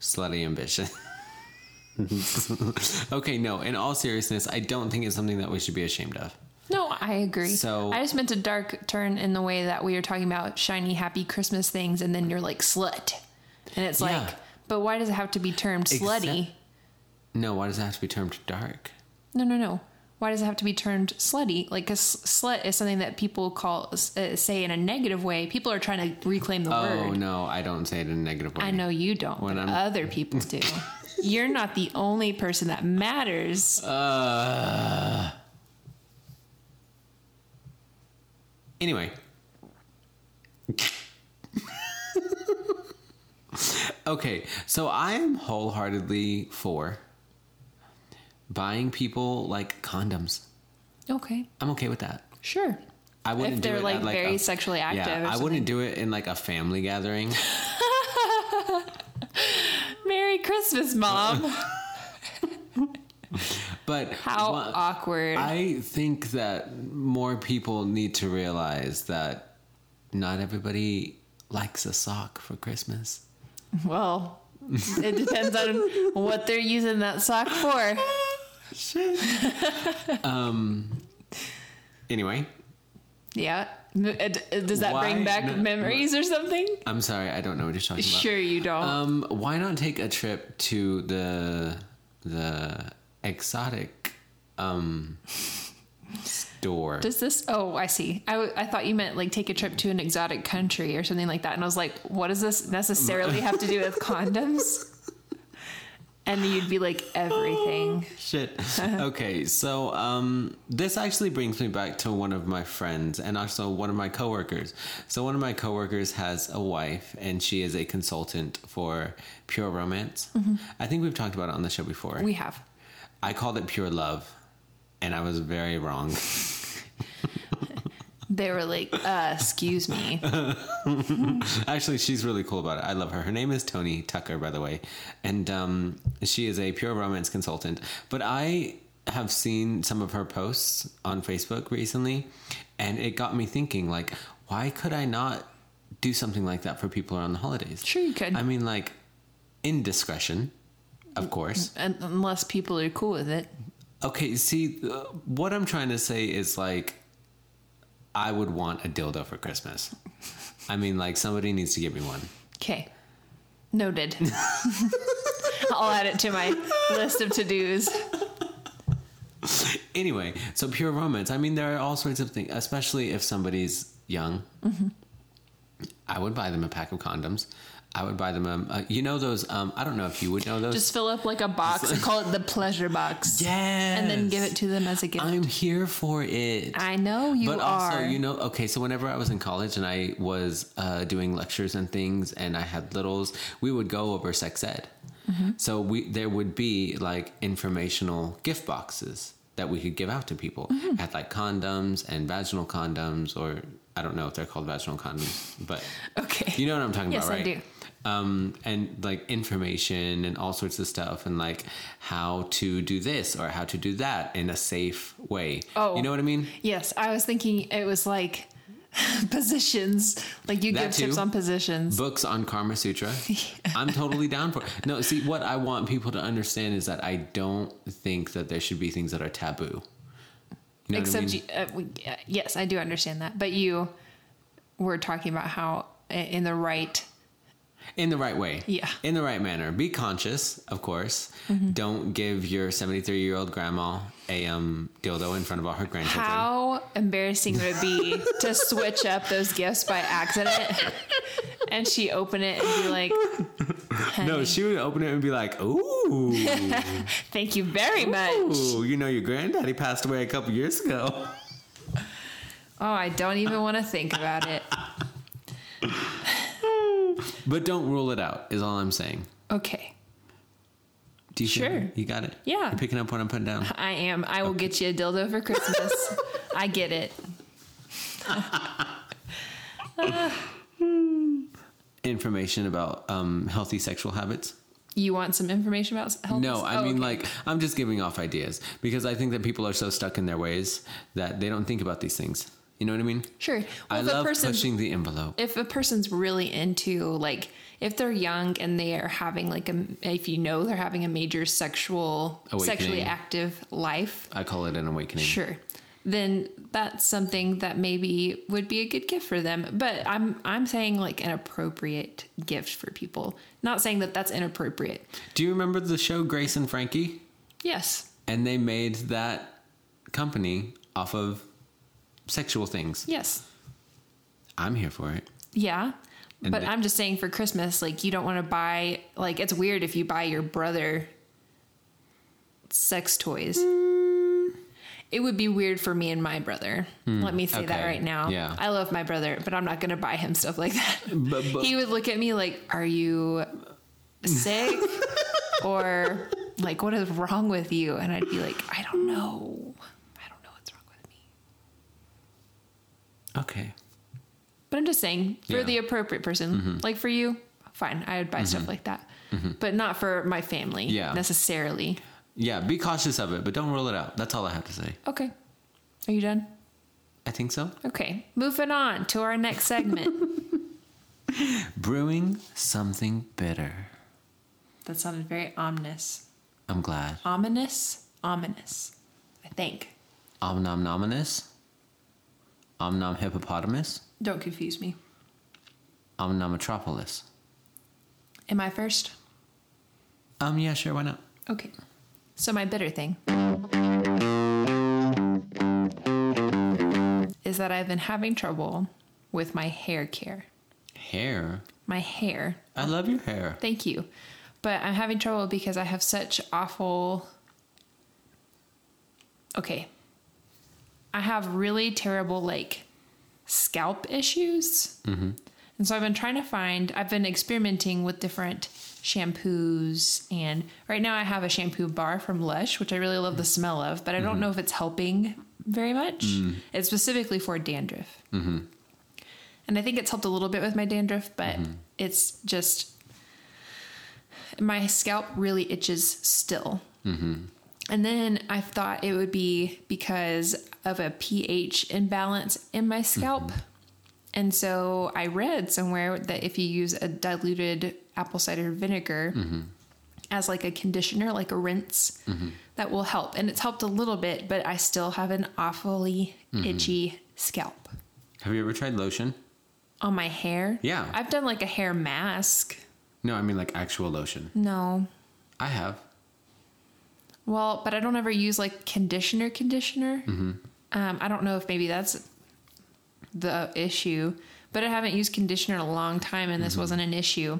S1: slutty ambition. okay, no, in all seriousness, I don't think it's something that we should be ashamed of.
S2: No, I agree.
S1: So-
S2: I just meant a dark turn in the way that we were talking about shiny, happy Christmas things, and then you're like slut, and it's
S1: Yeah.
S2: like, but why does it have to be termed slutty?
S1: No, why does it have to be termed dark?
S2: No, no, no. Why does it have to be termed slutty? Like a s- slut is something that people call uh, say in a negative way. People are trying to reclaim the
S1: Oh,
S2: word.
S1: no, I don't say it in a negative way.
S2: I know you don't,
S1: When
S2: but
S1: I'm-
S2: other people do. You're not the only person that matters.
S1: Uh, anyway. okay, so I am wholeheartedly for buying people like condoms.
S2: Okay,
S1: I'm okay with that.
S2: sure.
S1: I wouldn't
S2: If they're
S1: do it at,
S2: like, very
S1: a-
S2: sexually active,
S1: Yeah, I
S2: or something.
S1: wouldn't do it in like a family gathering.
S2: Merry Christmas, mom.
S1: But
S2: How
S1: one-
S2: awkward.
S1: I think that more people need to realize that not everybody likes a sock for Christmas.
S2: well, it depends on what they're using that sock for.
S1: Um, Anyway,
S2: Yeah. It- it- uh, Does that
S1: Why
S2: bring back
S1: not-
S2: memories or something?
S1: I'm sorry, I don't know what you're talking about.
S2: Sure, you don't.
S1: Um, why not take a trip to the the exotic um store?
S2: Does this? Oh, I see. I, w- I thought you meant like take a trip to an exotic country or something like that. And I was like, what does this necessarily have to do with condoms? And you'd be like, everything.
S1: Shit. okay, so um, this actually brings me back to one of my friends and also one of my coworkers. So one of my coworkers has a wife, and she is a consultant for pure romance. I think we've talked about it on the show before.
S2: We have.
S1: I called it pure love, and I was very wrong.
S2: They were like, uh, excuse me.
S1: Actually, she's really cool about it. I love her. Her name is Tony Tucker, by the way, and um, she is a pure romance consultant. But I have seen some of her posts on Facebook recently, and it got me thinking: like, why could I not do something like that for people around the holidays?
S2: Sure, you could.
S1: I mean, like indiscretion, of course.
S2: Un- unless people are cool with it.
S1: Okay, see, uh, what I'm trying to say is like, I would want a dildo for Christmas. I mean, like, somebody needs to give me one.
S2: Okay. Noted. I'll add it to my list of to dos.
S1: anyway, so pure romance. I mean, there are all sorts of things, especially if somebody's young. Mm-hmm. I would buy them a pack of condoms. I would buy them, um, uh, you know, those. Um, I don't know if you would know those.
S2: Just fill up like a box and call it the pleasure box.
S1: yes.
S2: And then give it to them as a gift.
S1: I'm here for it.
S2: I know you
S1: but
S2: are.
S1: also, you know, okay, so whenever I was in college and I was uh, doing lectures and things and I had littles, we would go over sex ed.
S2: Mm-hmm.
S1: So we there would be like informational gift boxes that we could give out to people.
S2: Mm-hmm.
S1: Had like condoms and vaginal condoms or I don't know if they're called vaginal condoms, but
S2: okay.
S1: you know what I'm talking
S2: Yes,
S1: about,
S2: I
S1: right?
S2: do.
S1: Um, and like information and all sorts of stuff, and like how to do this or how to do that in a safe way.
S2: Oh.
S1: you know what I mean?
S2: Yes, I was thinking it was like positions. Like you
S1: That
S2: give tips
S1: too.
S2: on positions.
S1: books on Karma Sutra. I'm totally down for. It. No, see, what I want people to understand is that I don't think that there should be things that are taboo. You know
S2: Except,
S1: what I mean?
S2: you, uh, we, uh, yes, I do understand that. But you were talking about how i- in the right.
S1: in the right way.
S2: Yeah. Mm-hmm.
S1: In the right manner. Be conscious, of course. Don't give your 73 year old grandma a um, dildo in front of all her grandchildren.
S2: How embarrassing would it be to switch up those gifts by accident? And she open it and be like,
S1: No, she would open it and be like, "Ooh,
S2: "Thank you very much."
S1: ooh, you know your granddaddy passed away a couple years ago."
S2: Oh, I don't even want to think about it.
S1: But don't rule it out. Is all I'm saying.
S2: Okay,
S1: Do you feel
S2: Sure.
S1: me? You got it.
S2: Yeah.
S1: You're picking up what I'm putting down.
S2: I am. I will get you a dildo for Christmas. I get it.
S1: information about um, healthy sexual habits?
S2: You want some information about health?
S1: No, I
S2: Oh,
S1: mean
S2: okay.
S1: like I'm just giving off ideas because I think that people are so stuck in their ways that they don't think about these things. You know what I mean?
S2: Sure.
S1: I
S2: Well, if a
S1: love
S2: person's-
S1: pushing the envelope.
S2: if a person's really into like if they're young and they are having like a if you know they're having a major sexual
S1: Awakening.
S2: sexually active life
S1: I call it an awakening.
S2: sure then that's something that maybe would be a good gift for them but i'm i'm saying like an appropriate gift for people not saying that that's inappropriate
S1: Do you remember the show Grace and Frankie?
S2: yes
S1: And they made that company off of sexual things.
S2: yes
S1: I'm here for it.
S2: yeah
S1: And
S2: but
S1: they-
S2: i'm just saying for christmas like you don't want to buy like it's weird if you buy your brother sex toys
S1: Hmm.
S2: it would be weird for me and my brother let me say that
S1: okay.
S2: right now
S1: Yeah.
S2: i love my brother but i'm not going to buy him stuff like that
S1: But, but
S2: he would look at me like are you sick or like what is wrong with you and i'd be like i don't know i don't know what's wrong with me
S1: okay.
S2: But I'm just saying for
S1: Yeah. Mm-hmm.
S2: the appropriate person, like for you, fine, I would buy stuff like that, but not for my family
S1: Yeah.
S2: necessarily.
S1: Yeah, be cautious of it, but don't rule it out. That's all I have to say.
S2: Okay, are you done?
S1: I think so.
S2: Okay, moving on to our next segment.
S1: Brewing something bitter.
S2: that sounded very ominous,
S1: I'm glad.
S2: ominous, ominous. I think.
S1: Om nom nominous. Om nom hippopotamus.
S2: Don't confuse me.
S1: Om nom metropolis.
S2: Am I first?
S1: Um, yeah, sure, why not?
S2: Okay. So my bitter thing is that I've been having trouble with my hair care.
S1: Hair.
S2: My hair
S1: I love your hair.
S2: Thank you. But I'm having trouble because I have such awful. Okay. I have really terrible, like, scalp issues. And so I've been trying to find, I've been experimenting with different shampoos. And right now I have a shampoo bar from Lush, which I really love the smell of, but I don't know if it's helping very much. It's specifically for dandruff. And I think it's helped a little bit with my dandruff, but it's just my scalp really itches still. And then I thought it would be because of a pH imbalance in my scalp. And so I read somewhere that if you use a diluted apple cider vinegar as like a conditioner, like a rinse, that will help. And it's helped a little bit, but I still have an awfully itchy scalp
S1: Have you ever tried lotion?
S2: on my hair.
S1: Yeah.
S2: I've done like a hair mask.
S1: No, I mean like actual lotion.
S2: No.
S1: I have.
S2: Well, but I don't ever use like conditioner conditioner.
S1: Mm-hmm.
S2: Um, I don't know if maybe that's the issue, but I haven't used conditioner in a long time and this wasn't an issue.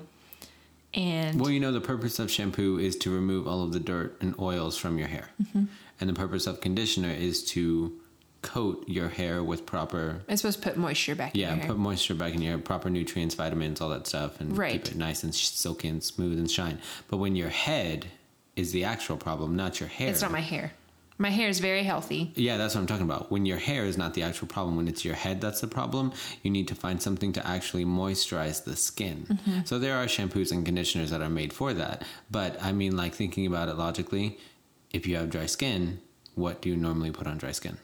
S2: And
S1: Mm-hmm. Well, you know, the purpose of shampoo is to remove all of the dirt and oils from your hair.
S2: Mm-hmm.
S1: And the purpose of conditioner is to coat your hair with proper,
S2: it's supposed to put moisture back
S1: yeah,
S2: in your hair.
S1: put moisture back in your hair, proper nutrients, vitamins, all that stuff, and
S2: Right.
S1: keep it nice and sh- silky and smooth and shine. But when your head is the actual problem, not your hair.
S2: It's not my hair. My hair is very healthy.
S1: Yeah, that's what I'm talking about. When your hair is not the actual problem, when it's your head that's the problem, you need to find something to actually moisturize the skin. So there are shampoos and conditioners that are made for that. But I mean, like thinking about it logically, if you have dry skin, what do you normally put on dry skin?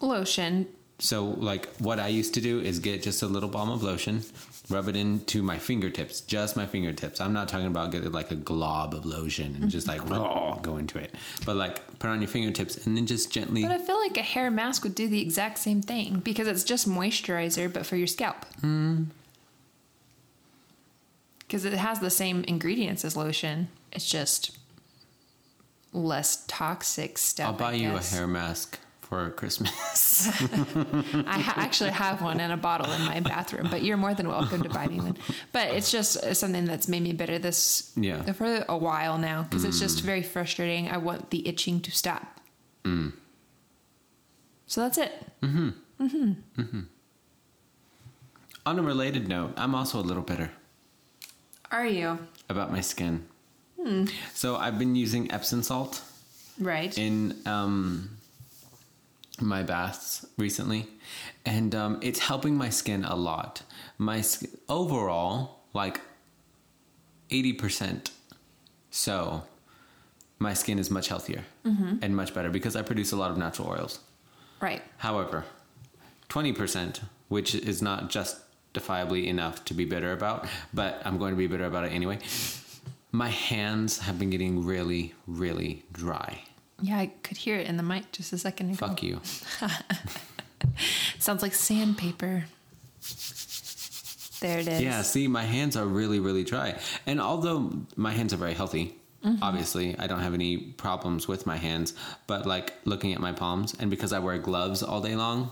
S2: Lotion.
S1: So, like, what I used to do is get just a little balm of lotion, rub it into my fingertips, just my fingertips. I'm not talking about getting like a glob of lotion and just like raw go into it, but like put on your fingertips and then just gently.
S2: But I feel like a hair mask would do the exact same thing because it's just moisturizer, but for your scalp.
S1: Hmm.
S2: Because it has the same ingredients as lotion. It's just less toxic stuff.
S1: I'll buy you a
S2: guess.
S1: hair mask for Christmas.
S2: I ha- actually have one in a bottle in my bathroom, but you're more than welcome to buy me one. But it's just uh, something that's made me bitter this
S1: Yeah. Hmm.
S2: for a while now because it's just very frustrating. I want the itching to stop.
S1: Hmm.
S2: So that's it.
S1: On a related note, I'm also a little bitter
S2: Are you
S1: about my skin. So I've been using Epsom salt
S2: right?
S1: in um, my baths recently, and um, it's helping my skin a lot. My sk- overall, like eighty percent, so my skin is much healthier and much better because I produce a lot of natural oils.
S2: right.
S1: However, 20%, which is not justifiably enough to be bitter about, but I'm going to be bitter about it anyway. My hands have been getting really, really dry.
S2: Yeah, I could hear it in the mic just a second ago.
S1: Fuck you.
S2: Sounds like sandpaper. There it is.
S1: Yeah, see, my hands are really, really dry. And although my hands are very healthy,
S2: Mm-hmm.
S1: obviously, I don't have any problems with my hands, but like looking at my palms, and because I wear gloves all day long,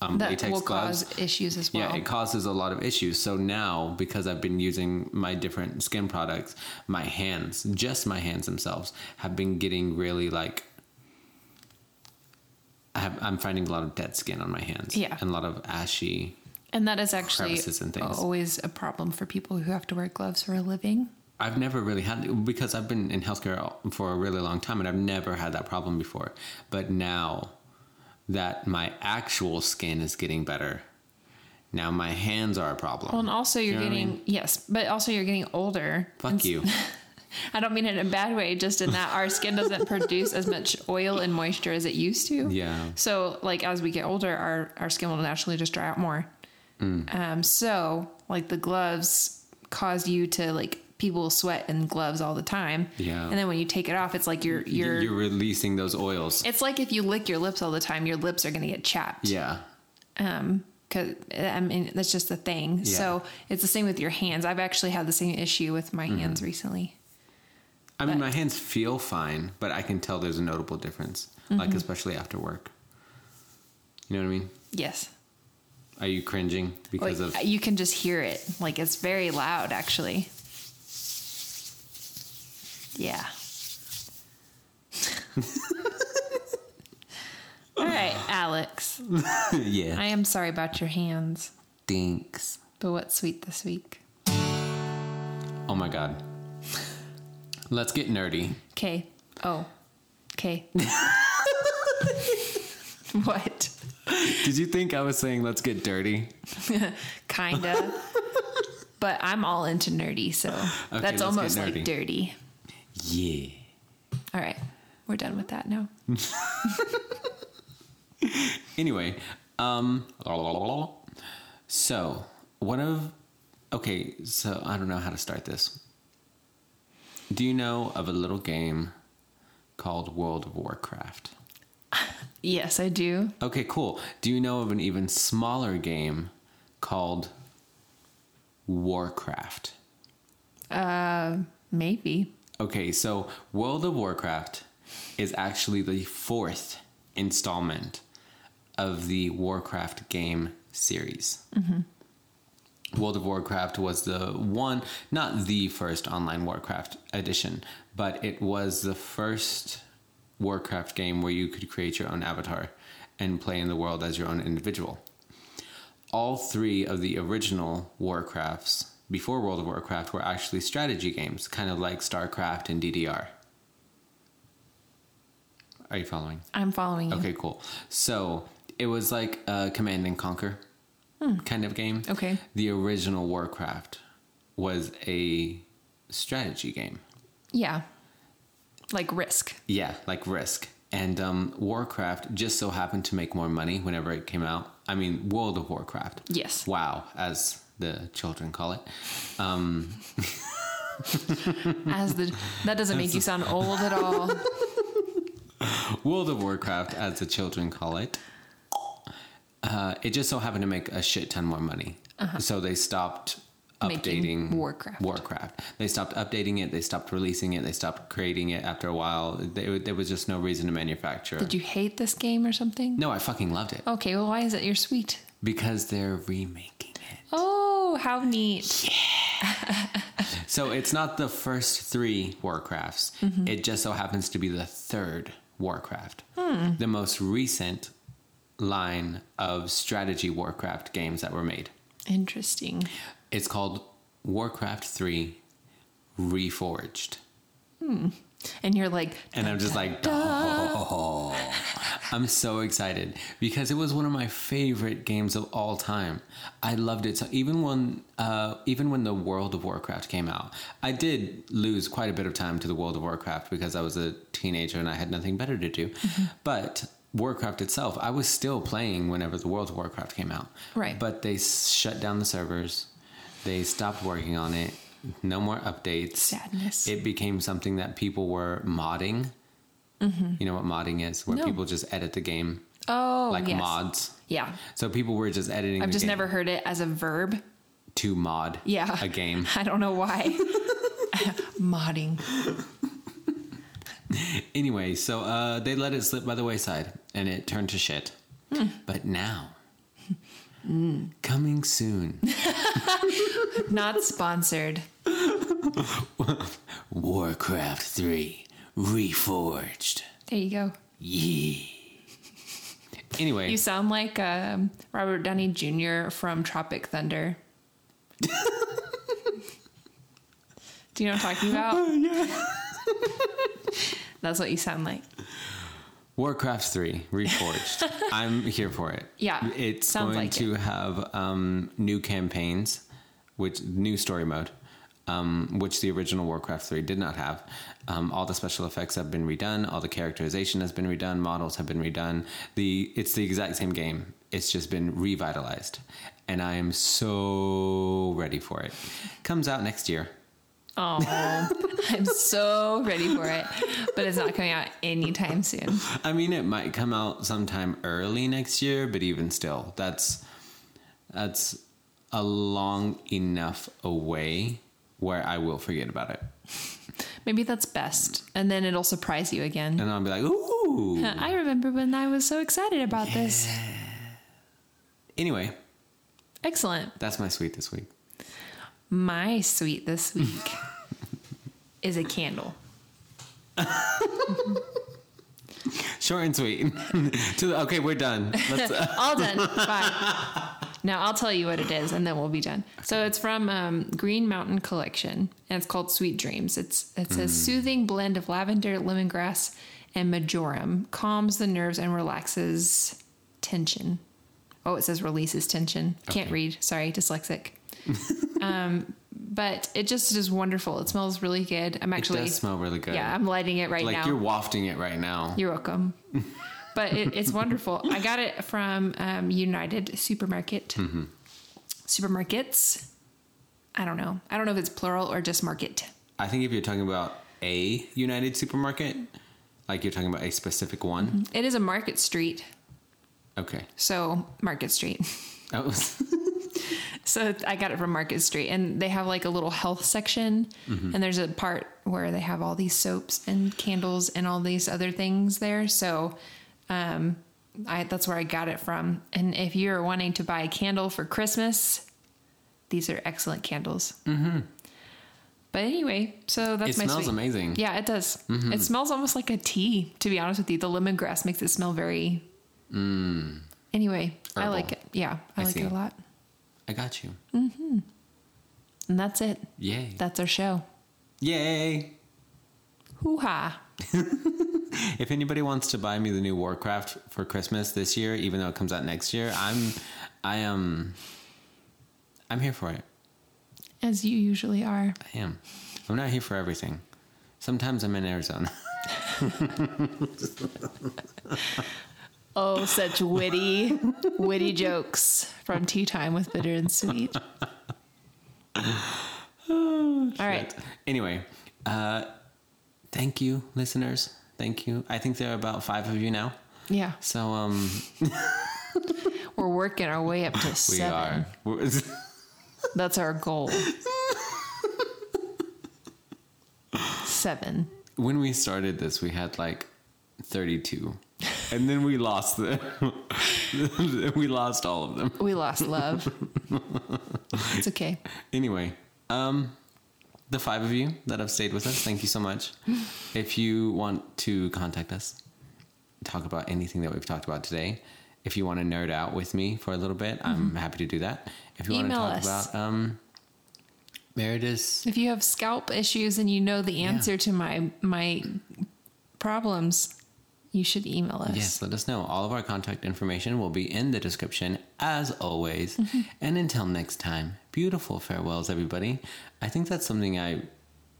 S1: um,
S2: That
S1: latex
S2: will
S1: gloves.
S2: cause issues as well.
S1: Yeah, it causes a lot of issues. So now, because I've been using my different skin products, my hands, just my hands themselves, have been getting really like. I have, I'm finding a lot of dead skin on my hands.
S2: Yeah.
S1: And a lot of ashy.
S2: and that is actually
S1: crevices and things.
S2: always a problem for people who have to wear gloves for a living.
S1: I've never really had because I've been in healthcare for a really long time and I've never had that problem before. But now that my actual skin is getting better, now my hands are a problem.
S2: Well, and also
S1: You
S2: you're
S1: know what I
S2: getting yes, but also you're getting older.
S1: Fuck you.
S2: I don't mean it in a bad way, just in that our skin doesn't produce as much oil and moisture as it used to.
S1: Yeah.
S2: So, like as we get older, our our skin will naturally just dry out more.
S1: Mm.
S2: Um, so, like the gloves cause you to like people sweat in gloves all the time.
S1: Yeah.
S2: And then when you take it off, it's like you're you're.
S1: You're releasing those oils.
S2: it's like if you lick your lips all the time, your lips are going to get chapped.
S1: Yeah.
S2: Um, 'cause uh, I mean that's just the thing.
S1: Yeah.
S2: So it's the same with your hands. I've actually had the same issue with
S1: Mm-hmm.
S2: my hands recently.
S1: I mean, my hands feel fine, but I can tell there's a notable difference, like especially after work. You know what I mean?
S2: Yes.
S1: Are you cringing because
S2: Like,
S1: of?
S2: you can just hear it. Like it's very loud actually. Yeah. All right, Alex.
S1: yeah.
S2: I am sorry about your hands,
S1: Thanks.
S2: but what's sweet this week?
S1: Oh my god. Let's get nerdy.
S2: Okay. Oh. Okay. what?
S1: Did you think I was saying let's get dirty?
S2: Kinda. but I'm all into nerdy, so
S1: let's
S2: that's
S1: get
S2: almost like
S1: nerdy.
S2: dirty.
S1: Yeah.
S2: All right. We're done with that now.
S1: Anyway, um, so one of okay, so I don't know how to start this. Do you know of a little game called World of Warcraft?
S2: Yes, I do.
S1: Okay, cool. Do you know of an even smaller game called Warcraft?
S2: Maybe.
S1: Okay, so World of Warcraft is actually the fourth installment of the Warcraft game series. World of Warcraft was the one, not the first online Warcraft edition, but it was the first Warcraft game where you could create your own avatar and play in the world as your own individual. All three of the original Warcrafts before World of Warcraft were actually strategy games, kind of like StarCraft and DDR. Are you following?
S2: I'm following you.
S1: Okay, cool. So it was like a command and conquer kind of game.
S2: Okay.
S1: The original Warcraft was a strategy game.
S2: Yeah. Like risk.
S1: Yeah, like Risk. And um, Warcraft just so happened to make more money whenever it came out. I mean, World of Warcraft.
S2: Yes.
S1: Wow, as the children call it.
S2: As the that doesn't make you sound old at all.
S1: World of Warcraft, as the children call it. Uh, it just so happened to make a shit ton more money. So they stopped
S2: Uh-huh. Making
S1: updating
S2: Warcraft.
S1: Warcraft. They stopped updating it. They stopped releasing it. They stopped creating it after a while. They, there was just no reason to manufacture.
S2: Did Oh. you hate this game or something?
S1: no, I fucking loved it
S2: Okay, well why is it your sweet?
S1: because they're remaking it.
S2: Oh, how neat.
S1: So it's not the first three Warcrafts. It just so happens to be the third Warcraft. The most recent line of strategy Warcraft games that were made.
S2: Interesting.
S1: It's called Warcraft 3 Reforged.
S2: And you're like,
S1: And I'm just like, "Oh." I'm so excited because it was one of my favorite games of all time. I loved it. So even when, uh, even when the World of Warcraft came out, I did lose quite a bit of time to the World of Warcraft because I was a teenager and I had nothing better to do. But Warcraft itself, I was still playing whenever the World of Warcraft came out.
S2: Right.
S1: But they s- shut down the servers. They stopped working on it. No more updates.
S2: Sadness.
S1: It became something that people were modding. You know what modding is? Where
S2: Mm-hmm. No.
S1: people just edit the game.
S2: Oh,
S1: like
S2: yes.
S1: mods.
S2: Yeah.
S1: So people were just editing
S2: I've
S1: the
S2: just
S1: game
S2: never heard it as a verb.
S1: to mod
S2: Yeah.
S1: a game.
S2: I don't know why. Modding.
S1: Anyway, so uh, they let it slip by the wayside and it turned to shit.
S2: Hmm.
S1: But now, coming soon,
S2: Not sponsored.
S1: Warcraft 3 Reforged.
S2: There you go.
S1: Yeah. Anyway,
S2: You sound like um, Robert Downey Jr. from Tropic Thunder. Do you know what I'm talking about? That's what you sound like.
S1: Warcraft 3 Reforged. I'm here for it.
S2: Yeah,
S1: It's
S2: sounds
S1: going
S2: like
S1: to have um, new campaigns, which new story mode, um, which the original Warcraft 3 did not have. Um, all the special effects have been redone, all the characterization has been redone, models have been redone. The it's the exact same game. It's just been revitalized. And I am so ready for it. Comes out next year.
S2: Oh, I'm so ready for it, but it's not coming out anytime soon.
S1: I mean, it might come out sometime early next year, but even still, that's that's a long enough away where I will forget about it,
S2: Maybe that's best, and then it'll surprise you again.
S1: and I'll be like, ooh.
S2: I remember when I was so excited about this.
S1: Anyway,
S2: Excellent.
S1: that's my sweet this week.
S2: My sweet this week is a candle.
S1: Short and sweet. to the, okay, we're done. Let's,
S2: All done. Bye. Now I'll tell you what it is, and then we'll be done. So it's from um, Green Mountain Collection, and it's called Sweet Dreams. It's it's a
S1: Mm.
S2: soothing blend of lavender, lemongrass, and majoram. Calms the nerves and relaxes tension. Oh, it says releases tension. Can't
S1: Okay.
S2: read. Sorry, dyslexic. um, but it just is wonderful. It smells really good. I'm
S1: it
S2: actually
S1: does smell really good.
S2: yeah, I'm lighting it right
S1: like
S2: now.
S1: you're wafting it right now.
S2: You're welcome. but it, it's wonderful. I got it from um, United Supermarket. Supermarkets. I don't know. I don't know if it's plural or just market.
S1: I think if you're talking about a United supermarket, like you're talking about a specific one.
S2: It is a market street, Mm-hmm.
S1: Okay.
S2: so Market Street.
S1: That was
S2: So I got it from Market Street, and they have like a little health section,
S1: Mm-hmm.
S2: and there's a part where they have all these soaps and candles and all these other things there. So, um, I that's where I got it from. And if you're wanting to buy a candle for Christmas, these are excellent candles. Mm-hmm. But anyway, so that's
S1: it
S2: my
S1: smells
S2: sweet.
S1: amazing. Mm-hmm.
S2: Yeah, it does. It smells almost like a tea. To be honest with you, the lemongrass makes it smell very. Anyway, I
S1: Mm. Herbal.
S2: like it. Yeah, I,
S1: I
S2: like
S1: see.
S2: it a lot.
S1: I got you.
S2: And that's it.
S1: Yay.
S2: That's our show.
S1: Yay.
S2: Hoo ha.
S1: If anybody wants to buy me the new Warcraft for Christmas this year, even though it comes out next year, I'm, I am, I'm here for it.
S2: As you usually are.
S1: I am. I'm not here for everything. Sometimes I'm in Arizona.
S2: Oh, such witty, witty jokes from Tea Time with Bitter and Sweet. All right.
S1: But anyway, uh, thank you, listeners. Thank you. I think there are about five of you now.
S2: Yeah.
S1: So um,
S2: We're working our way up to
S1: we
S2: seven.
S1: are. We're,
S2: That's our goal. seven.
S1: when we started this, we had like 32, and then we lost the, we lost all of them.
S2: We lost love. It's okay.
S1: Anyway, um, the five of you that have stayed with us, thank you so much. if you want to contact us, talk about anything that we've talked about today. If you want to nerd out with me for a little bit, I'm happy to do that. If you
S2: Mm-hmm. Email
S1: want to talk
S2: us.
S1: about um, Meredith's,
S2: If you have scalp issues and you know the answer to my my problems, you should email us.
S1: yes, let us know. All of our contact information will be in the description, as always.
S2: Mm-hmm.
S1: and until next time, beautiful farewells, everybody. I think that's something I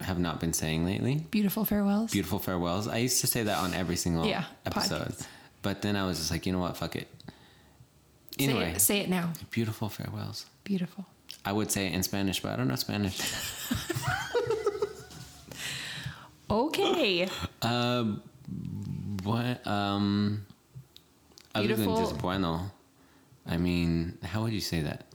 S1: have not been saying lately.
S2: Beautiful farewells.
S1: beautiful farewells. I used to say that on every single
S2: Yeah,
S1: episode.
S2: podcast.
S1: But then I was just like, you know what? Fuck it.
S2: Say it-
S1: Anyway,
S2: say it now.
S1: beautiful farewells.
S2: Beautiful.
S1: I would say it in Spanish, but I don't know Spanish.
S2: Okay.
S1: What? Um, other
S2: Beautiful.
S1: than just bueno, I mean, how would you say that?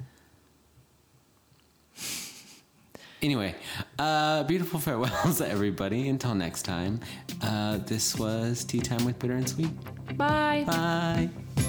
S1: Anyway, uh, beautiful farewells, everybody. Until next time, uh, this was Tea Time with Bitter and Sweet.
S2: Bye.
S1: Bye.